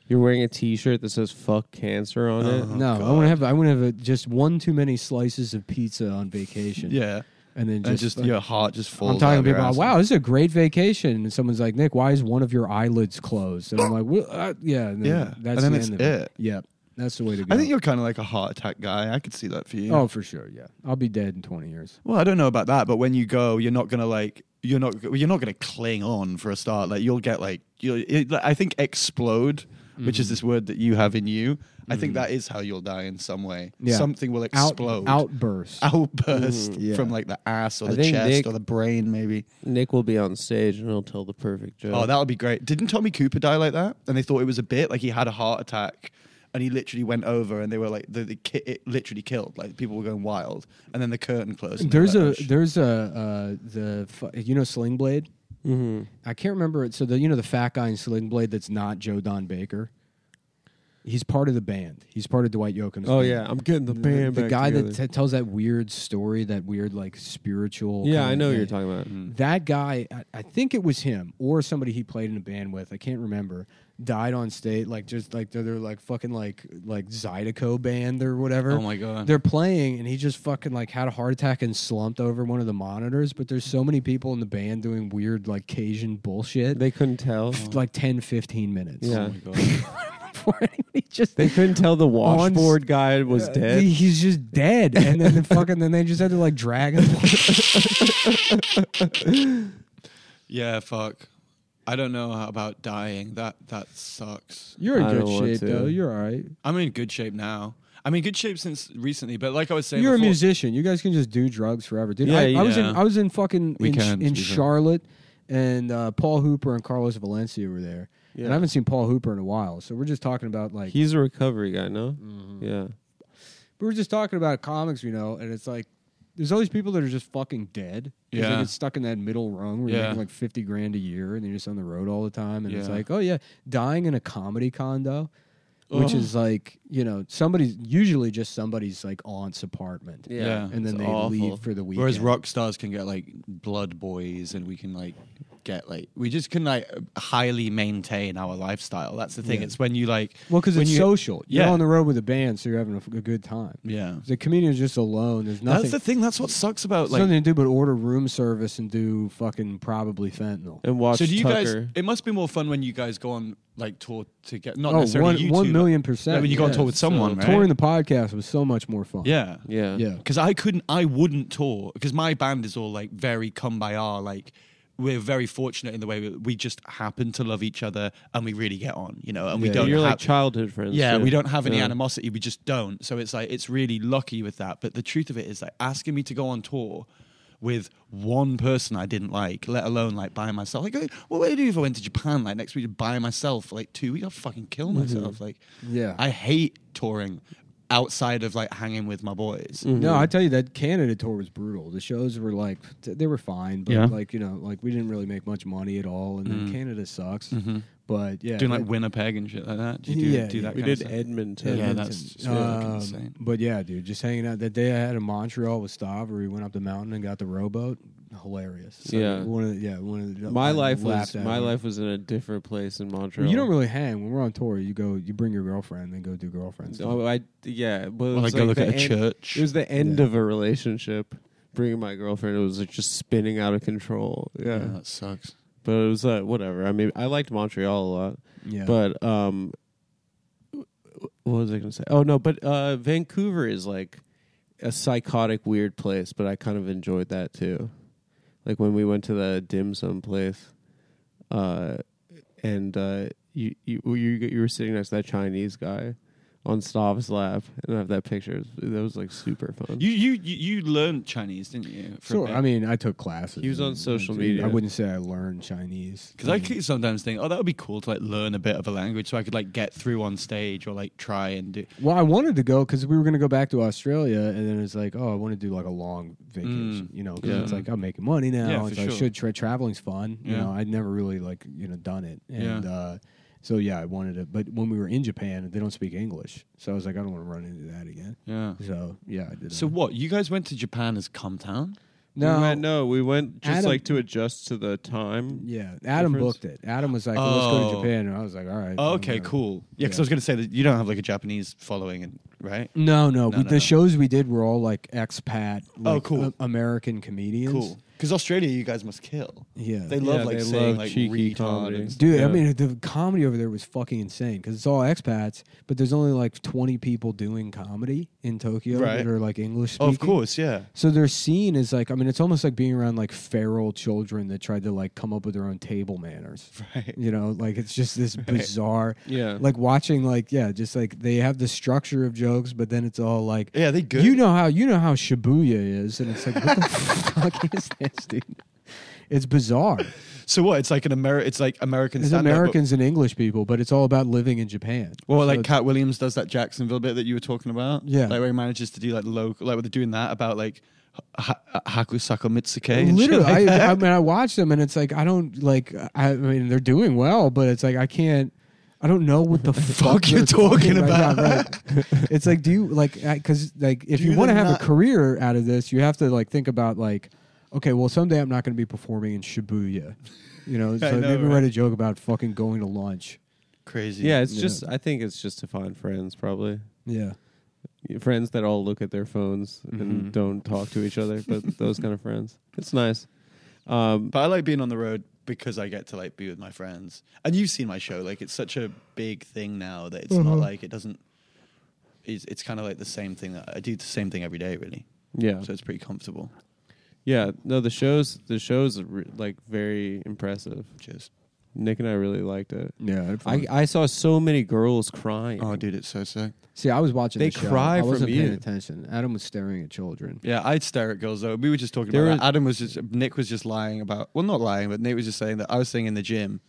You're wearing a T-shirt that says "fuck cancer" on it. No, I want to have I want to have a, just one too many slices of pizza on vacation. Yeah, and then and just, just your heart just falls. I'm talking to out of people. Like, your ass. wow, this is a great vacation. And someone's like, Nick, why is one of your eyelids closed? And I'm like, well, uh, yeah, and then Yeah, that's and then the it's end of it. Yeah, that's the way to go. I think you're kind of like a heart attack guy. I could see that for you. Oh, for sure. Yeah, I'll be dead in 20 years. Well, I don't know about that, but when you go, you're not gonna like you're not you're not gonna cling on for a start. Like you'll get like you'll it, I think explode, which is this word that you have in you. I think that is how you'll die in some way. Yeah. Something will Out- explode, outburst. outburst Mm, yeah. from like the ass or I the think chest Nick- or the brain, maybe. Nick will be on stage and he'll tell the perfect joke. Oh, that would be great. Didn't Tommy Cooper die like that? And they thought it was a bit like he had a heart attack. And he literally went over, and they were like, the, the ki- it literally killed. Like people were going wild, and then the curtain closed. and they were There's like, a "Oh, shit." there's a uh, the fu- you know Sling Blade. Mm-hmm. I can't remember it. So the you know the fat guy in Sling Blade that's not Joe Don Baker. He's part of the band. He's part of Dwight Yoakam's. Oh band. yeah, I'm getting the The- band. the, back guy that together. t- tells that weird story, that weird like spiritual. yeah, kind I of know what thing. you're talking about. Mm. That guy, I, I think it was him or somebody he played in a band with. I can't remember. Died on stage, like just like they're, they're like fucking like like Zydeco band or whatever. Oh my God. They're playing and he just fucking like had a heart attack and slumped over one of the monitors. But there's so many people in the band doing weird like Cajun bullshit. They couldn't tell. Uh-huh. like 10, 15 minutes. Yeah. Before anybody just uh, They couldn't tell the washboard guy was dead. He- He's just dead, and then the fucking then they just had to like drag him. Yeah, fuck. I don't know how about dying. That that sucks. You're I don't want to. all right. I'm in good shape now. I'm in good shape since recently, but like I was saying, You're a before- musician. You guys can just do drugs forever, dude. Yeah, I, you- I was in yeah. I was in fucking We in, can, in we can. Charlotte, and uh, Paul Hooper and Carlos Valencia were there. Yeah. And I haven't seen Paul Hooper in a while, so we're just talking about like He's a recovery guy, no? Yeah. we were just talking about comics, you know, and it's like there's all these people that are just fucking dead. 'Cause Yeah. they get stuck in that middle rung where you're Yeah. making like fifty grand a year and you're just on the road all the time. And it's Yeah. like, oh yeah, dying in a comedy condo, which is like you know somebody's usually just somebody's like aunt's apartment, Yeah. and then It's they awful. leave for the weekend. Whereas rock stars can get like blood boys, and we can like get like we just can like highly maintain our lifestyle. That's the thing. It's when you like well, because when it's you- social. You're Yeah. on the road with a band, so you're having a, f- a good time. Yeah, The comedian's just alone. There's nothing. that's the thing. That's what sucks about there's like. nothing to do but order room service and do fucking probably fentanyl. And watch So do you Tucker. guys? It must be more fun when you guys go on like tour to get not Oh, necessarily one- you one two, million but- percent, Yeah, when you go on yeah. tour with someone, So right? Touring the podcast was so much more fun. yeah, yeah. Yeah. Because I couldn't, I wouldn't tour because my band is all like very come by our like. We're very fortunate in the way we, we just happen to love each other and we really get on, you know, and we Yeah. don't. You're like have- childhood friends. Oh, yeah, too. we don't have any Yeah. animosity. We just don't. So it's like it's really lucky with that. But the truth of it is, like asking me to go on tour with one person I didn't like, let alone like by myself. Like, what would I do if I went to Japan like next week by myself? for, Like two weeks, I'll fucking kill Mm-hmm. myself. Like, Yeah. I hate touring outside of like hanging with my boys. No, I tell you that Canada tour was brutal. The shows were like th- they were fine, but Yeah. Mm. like you know, like we didn't really make much money at all, and then Canada sucks. But yeah, Mm-hmm. Doing like that- Winnipeg and shit like that. Did you do, Yeah, do that? We kind of did stuff? Edmonton. Yeah, that's just fucking um, insane. but yeah, dude, just hanging out. That day I had in Montreal with Stav, where we went up the mountain and got the rowboat. Hilarious. So, Yeah. one of the, yeah, one of the, my I life was laughed at my it. life was in a different place in Montreal. Well, you don't really hang when we're on tour. You go, you bring your girlfriend, then go do girlfriend stuff. Oh, I yeah. But it Well, was like, go look the at a end- church. It was the end Yeah. of a relationship. Bringing my girlfriend, it was like just spinning out of control. Yeah, Yeah, that sucks. but it was uh, whatever. I mean, I liked Montreal a lot, yeah, but um, what was I going to say? Oh no, but uh, Vancouver is like a psychotic, weird place. But I kind of enjoyed that too. Like when we went to the dim sum place, uh, and uh, you you you you were sitting next to that Chinese guy on Stav's lap, and I have that picture. That was like super fun. You you you you learned Chinese, didn't you? from Sure. it? I mean, I took classes. He was on and- social and media. I wouldn't say I learned Chinese Because I could sometimes think, oh, that would be cool to like learn a bit of a language, so I could like get through on stage or like try and do. Well, I wanted to go because we were going to go back to Australia, and then it's like, oh, I want to do like a long vacation, you know, because Mm. Yeah. it's like I'm making money now. Yeah, it's for like, sure. should tra- traveling's fun. You Yeah. know, I'd never really like you know done it, and Yeah. uh, so yeah, I wanted to. But when we were in Japan, they don't speak English, so I was like, I don't want to run into that again. Yeah. So yeah, I did. So that. what? You guys went to Japan as come town? we no, went, no, we went just Adam- like to adjust to the time. yeah, Adam Difference? booked it. Adam was like, well, let's go Oh. to Japan, and I was like, all right, Oh, okay, whatever. cool. Yeah, because Yeah. I was going to say that you don't have like a Japanese following, and right? No, no, No, we, no, the no. shows we did were all like expat, Oh, like, cool. a- American comedians. Cool. Because Australia, you guys must kill. Yeah. They love Yeah, like they saying love like cheeky retard comedy. and stuff. Dude, Yeah. I mean, the comedy over there was fucking insane because it's all expats, but there's only like 20 people doing comedy in Tokyo Right. that are like English Oh, speaking. of course, yeah. So their scene is like, I mean, it's almost like being around like feral children that tried to like come up with their own table manners. Right. You know, like it's just this bizarre, Yeah. like watching like, yeah, just like they have the structure of jokes, but then it's all like, Yeah, they good. you know how you know how Shibuya is, and it's like, what the fuck is this, dude? It's bizarre. So what? It's like an Amer. It's like American. It's stand-up, but- Americans and English people, but it's all about living in Japan. Well, like So- Cat Williams does that Jacksonville bit that you were talking about. Yeah. like where he manages to do like local, like they're doing that about like ha- ha- Hakusaka Mitsuke. and shit literally, like that. I, I mean, I watch them, and it's like I don't like. I, I mean, they're doing well, but it's like I can't. I don't know what the fuck you're they're talking right about. now, right. it's like, do you like? Because like, if Do you you want to then have not- a career out of this, you have to like think about like, okay, well, someday I'm not going to be performing in Shibuya. You know, so know, maybe right. write a joke about fucking going to lunch. Crazy. Yeah, it's just. I think it's just to find friends, probably Yeah, friends that all look at their phones and don't talk to each other. But those kind of friends, it's nice. Um, But I like being on the road because I get to like be with my friends. And you've seen my show; like it's such a big thing now that it's not like it doesn't. It's, it's kind of like the same thing that I do the same thing every day, really. yeah, So it's pretty comfortable. yeah. No, the shows, the shows, are re- like very impressive. Cheers. Nick and I really liked it. yeah. I had fun. I, I saw so many girls crying. Oh, dude, it's so sick. See, I was watching. They the show. cry I from wasn't paying you. attention. Adam was staring at children. Yeah, I'd stare at girls though. We were just talking There about was- that. Adam was just Nick was just lying about well, not lying, but Nick was just saying that I was saying in the gym,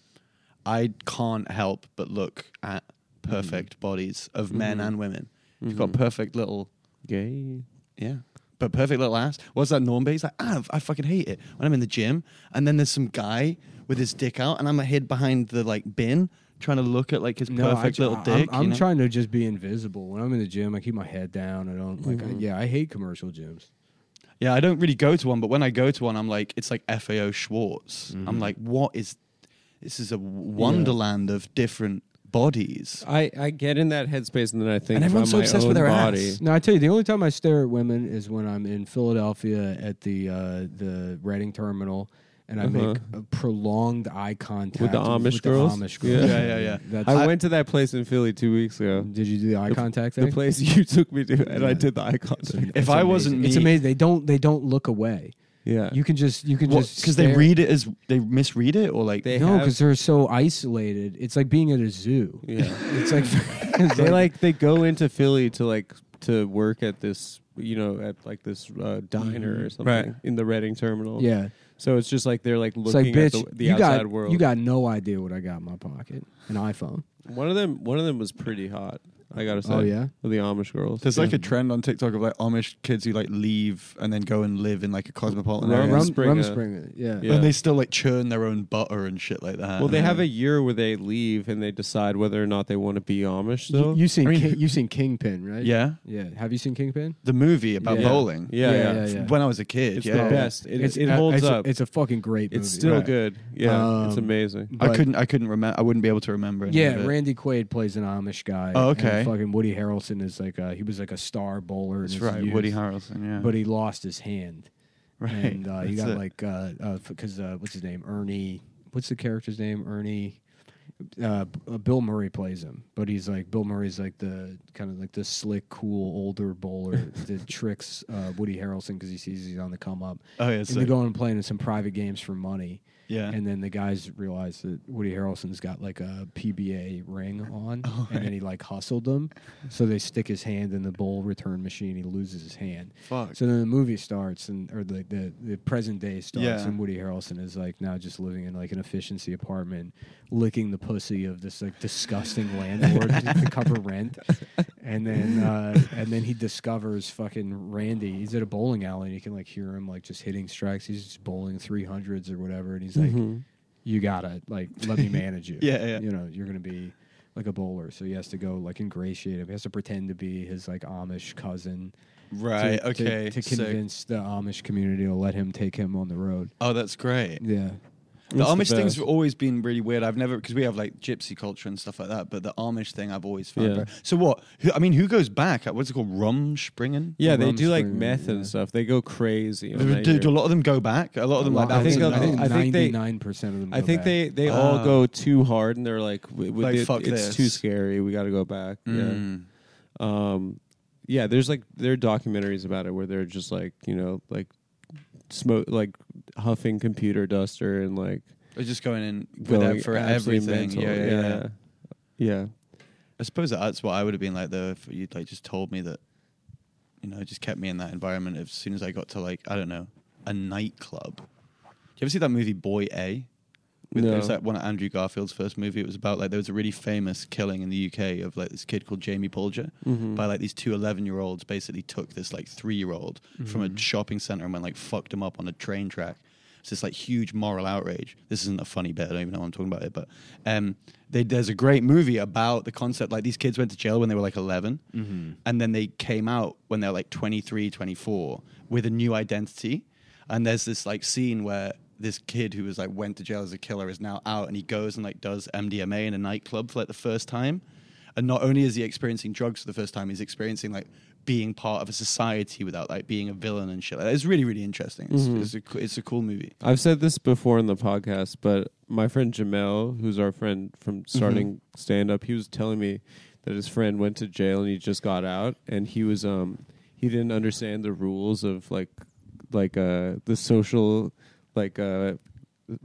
I can't help but look at perfect bodies of men and women. You've got perfect little Gay. Yeah. But perfect little ass. What's that norm base? Like, ah, I fucking hate it. When I'm in the gym and then there's some guy with his dick out and I'm hid behind the like bin trying to look at like his No, perfect I, little am dick. I'm you know? trying to just be invisible when I'm in the gym. I keep my head down. I don't like. Mm-hmm. I, yeah, I hate commercial gyms. Yeah, I don't really go to one, but when I go to one, I'm like, it's like FAO Schwartz. I'm like, what is this is a wonderland of different bodies. I, I get in that headspace and then I think about And everyone's so my obsessed own with their body. ass. No, I tell you, the only time I stare at women is when I'm in Philadelphia at the uh, the Reading terminal, and I make Uh-huh. a prolonged eye contact With the Amish girls? Amish girls. Yeah, yeah, yeah. That's, I went to that place in Philly two weeks ago. did you do the eye contact The thing? place you took me to, and I did the eye contact. If I wasn't it's me- amazing. They don't they don't look away. Yeah, You can just you can just Because they stare. read it as they misread it or like They- No, have- because they're so isolated. It's like being at a zoo. yeah. It's like it's they like they go into Philly to like to work at this, you know, at like this uh, diner or something Right. in the Reading terminal. Mm-hmm. yeah. So it's just like they're like It's looking like bitch, at the, the you outside got world. you got no idea what I got in my pocket. An iPhone. one of them. One of them was pretty hot. I gotta say. Oh, yeah? with the Amish girls. there's like a trend on TikTok of like Amish kids who like leave and then go and live in like a cosmopolitan Rum- area. rum- Rum, Rumspringa. Rumspringa, yeah. Yeah. And they still like churn their own butter and shit like that. well, they have a year where they leave and they decide whether or not they want to be Amish. Though You, you seen I mean, King, who- you seen Kingpin, right? yeah Yeah. Have you seen Kingpin? the movie about Yeah. bowling. Yeah, yeah. yeah, yeah. when I was a kid. It's yeah, the best. It, it uh, holds it's up. A, it's a fucking great movie. It's still Right. good. Yeah, it's Um, amazing. I But- couldn't. I couldn't remember. I wouldn't be able to remember. any Yeah, of it. Randy Quaid plays an Amish guy. Oh, and okay. fucking Woody Harrelson is like a, he was like a star bowler. in That's his right. youth, Woody Harrelson. Yeah, But he lost his hand. right. And uh, you That's got it. like uh, uh, because uh, what's his name? Ernie. What's the character's name? Ernie. Uh, B- uh, Bill Murray plays him, but he's like Bill Murray's like the kind of like the slick, cool, older bowler that tricks uh, Woody Harrelson because he sees he's on the come up. Oh yeah, And so, they're going and playing in some private games for money. yeah. And then the guys realized that Woody Harrelson's got like a PBA ring on, Oh, and then he like hustled them. So they stick his hand in the bowl return machine. He loses his hand. Fuck. So then the movie starts, and or the the, the present day starts, Yeah. and Woody Harrelson is like now just living in like an efficiency apartment, licking the pussy of this like disgusting landlord to to cover rent, and then uh, and then he discovers fucking Randy. He's at a bowling alley, and you can like hear him like just hitting strikes. He's just bowling three hundreds or whatever, and he's like, Mm-hmm. "You gotta like let me manage you. Mm-hmm. Yeah, yeah. You know, you're gonna be." Like a bowler, so he has to go like ingratiate him. He has to pretend to be his like Amish cousin, right. to, to- okay. To, sick. convince the Amish community to let him take him on the road. Oh, that's great. Yeah. The It's the Amish things best. have always been really weird. I've never because we have like gypsy culture and stuff like that, but the Amish thing I've always found. Yeah. very- So what? Who, I mean, who goes back? What's it called? Rum Yeah, they do like Rumspringa, meth and yeah. stuff. They go crazy. on that Do, do year. a lot of them go back? Oh, A lot of them like I think abandon I think- it? I think they- nine percent of them. I go think back. they they all Ah. go too hard and they're like, w- w- Like, it- fuck it's this. too scary. We got to go back. Mm. Yeah. Um, yeah. There's like there are documentaries about it where they're just like you know like smoke like huffing computer duster and like They're just going in with going that for absolutely mental. everything. Yeah, yeah, yeah. yeah. I suppose that that's what I would have been like though if you'd like just told me that, you know, just kept me in that environment as soon as I got to like I don't know a nightclub. Do you ever see that movie Boy A? With, No. It was like one of Andrew Garfield's first movie. It was about like there was a really famous killing in the UK of like this kid called Jamie Bulger by like these two 11 year olds basically took this like three year old from a shopping center and went like fucked him up on a train track. It's this like huge moral outrage. This isn't a funny bit. I don't even know why I'm talking about it, but um, they, there's a great movie about the concept. Like these kids went to jail when they were like 11, and then they came out when they're like 23, 24 with a new identity. And there's this like scene where this kid who was like went to jail as a killer is now out, and he goes and like does MDMA in a nightclub for like the first time. And not only is he experiencing drugs for the first time, he's experiencing like being part of a society without like being a villain and shit. Like that. It's really, really interesting. It's, Mm-hmm. it's, a, co- it's a cool movie. I've said this before in the podcast, but my friend Jamel, who's our friend from Mm-hmm. starting stand up, he was telling me that his friend went to jail and he just got out and he was um he didn't understand the rules of like like uh the social like uh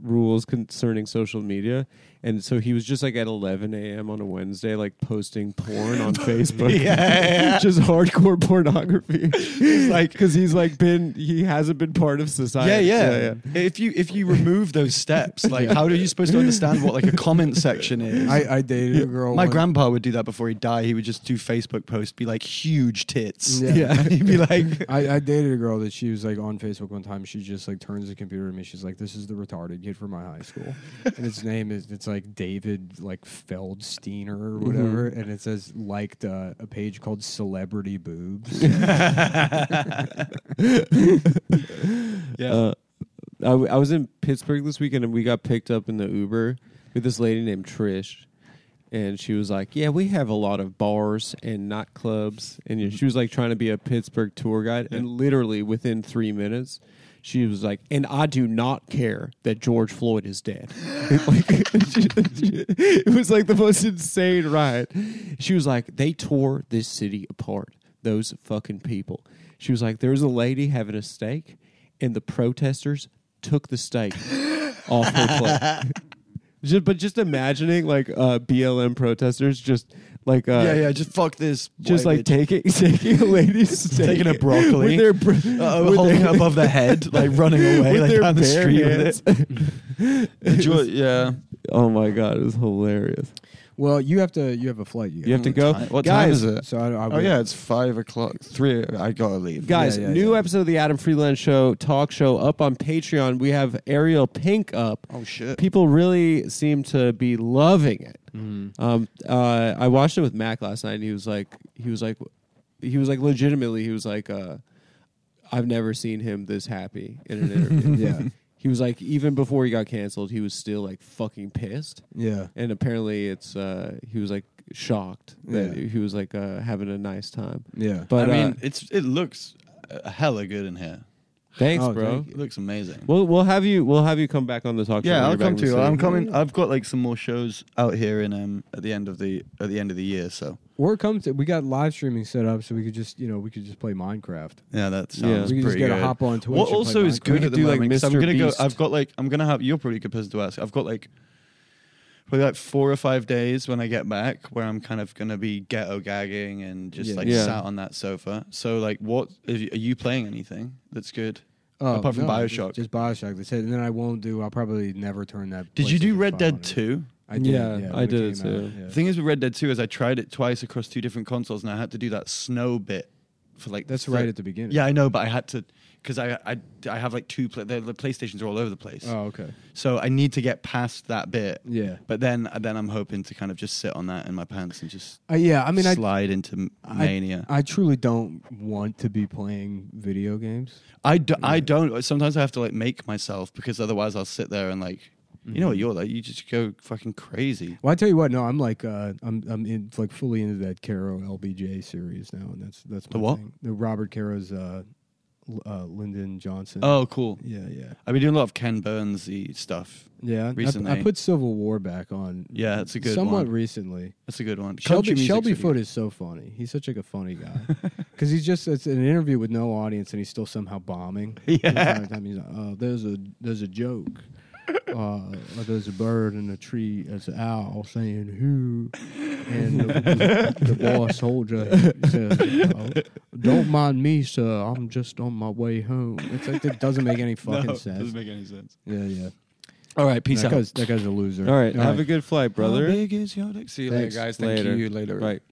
rules concerning social media and so he was just like at 11 a.m on a wednesday like posting porn on facebook Yeah. just hardcore pornography like- because he's like been he hasn't been part of society Yeah, yeah, If you if you remove those steps, like how are you supposed to understand what like a comment section is? I, I dated a girl. My once- grandpa would do that before he'd die. He would just do Facebook posts, be like huge tits. Yeah. Yeah. he'd be like, I, I dated a girl that she was like on Facebook one time. She just like turns the computer to me. She's like, "This is the retarded kid from my high school," and his name is it's like David like Feldsteiner or whatever, and it says liked uh, a page called Celebrity Boobs. yeah, Uh, I, w- I was in Pittsburgh this weekend and we got picked up in the Uber with this lady named Trish. And she was like, Yeah, we have a lot of bars and nightclubs. And you know, she was like trying to be a Pittsburgh tour guide. And literally within three minutes, she was like, And I do not care that George Floyd is dead. Like, she- she- it was like the most insane ride. She was like, They tore this city apart, those fucking people. She was like, There was a lady having a steak and the protesters took the steak off her plate. Just, but just imagining like uh, BLM protesters just like uh, yeah, yeah. Just fuck this. just white like bitch. taking taking a lady's steak, taking a broccoli, with their br- uh, with holding their- it above the head, like running away, with like their down the bare street hands. with it. Enjoy- yeah. oh my god, it was hilarious. well, you have to you have a flight. You, You have to go, Mm, time- what time guys. is it? So I, I Oh yeah, it's five o'clock. Three. I gotta leave. Guys, Yeah, yeah, new yeah. episode of the Adam Freeland Show talk show up on Patreon. We have Ariel Pink up. Oh shit. people really seem to be loving it. Mm-hmm. Um, uh, I watched it with Mac last night, and he was like, he was like, he was like, legitimately, he was like, uh, I've never seen him this happy in an interview. Yeah. he was like, even before he got canceled, he was still like fucking pissed, yeah. and apparently, it's uh, he was like shocked that Yeah. he was like uh, having a nice time. Yeah. But I mean, uh, it's it looks uh, hella good in here. thanks, Oh, bro. thank It looks amazing. We'll we'll have you we'll have you come back on the talk show. yeah, when I'll you're back come in the too. I'm city. coming. I've got like some more shows out here in um at the end of the at the end of the year. So Or come to we got live streaming set up so we could just you know we could just play Minecraft. yeah, that sounds Yeah. We could just pretty get a good. hop on Twitch. What and also play is Minecraft. good could at the do, like, moment? 'cause I'm Mr. gonna Beast. go. I've got like I'm gonna have. You're probably a good person to ask. I've got like probably like four or five days when I get back where I'm kind of gonna be ghetto gagging and just Yeah. like Yeah. sat on that sofa. So like, what are you, are you playing? Anything that's good Oh, apart from no, Bioshock? Just, just Bioshock. That's it. And then I won't do. I'll probably never turn that. Did you do PlayStation Red 5 on Dead again. Two? I did. Yeah, yeah, I when it did came too. out, yeah. The thing is with Red Dead 2 is I tried it twice across two different consoles and I had to do that snow bit for like That's thir- right at the beginning. Yeah, I know, but I had to because I, I I have like two pla- the, the PlayStations are all over the place. Oh, okay. So I need to get past that bit. Yeah. But then then I'm hoping to kind of just sit on that in my pants and just Uh, yeah, I mean, I, slide into m- I- mania. I truly don't want to be playing video games. I, do, I don't sometimes I have to like make myself because otherwise I'll sit there and like you Mm-hmm. know what you're like you just go fucking crazy. Well, I tell you what, no, I'm like, uh, I'm, I'm in, like fully into that Caro LBJ series now, and that's that's my The what? thing. The Robert Caro's, uh, L- uh, Lyndon Johnson. Oh, cool. yeah, yeah, I've been doing a lot of Ken Burns stuff. yeah. I- Recently. I, put Civil War back on. Yeah, that's a good somewhat one. recently. That's a good one. Country Shelby, music's Shelby a good- Foote is so funny. He's such like a funny guy because he's just it's an interview with no audience and he's still somehow bombing. Yeah, he's like, oh, there's a there's a joke. Uh, there's a bird in a tree. It's an owl saying who, and the, the boy soldier says, uh, "Don't mind me, sir. I'm just on my way home." It's like it doesn't make any fucking No, sense. make any sense. yeah, yeah. All right, peace That guy's, that guy's a loser. All right, All have a good flight, brother. Big is your dick. See you later, Thanks. guys. Thank Later. you. Later. Bye.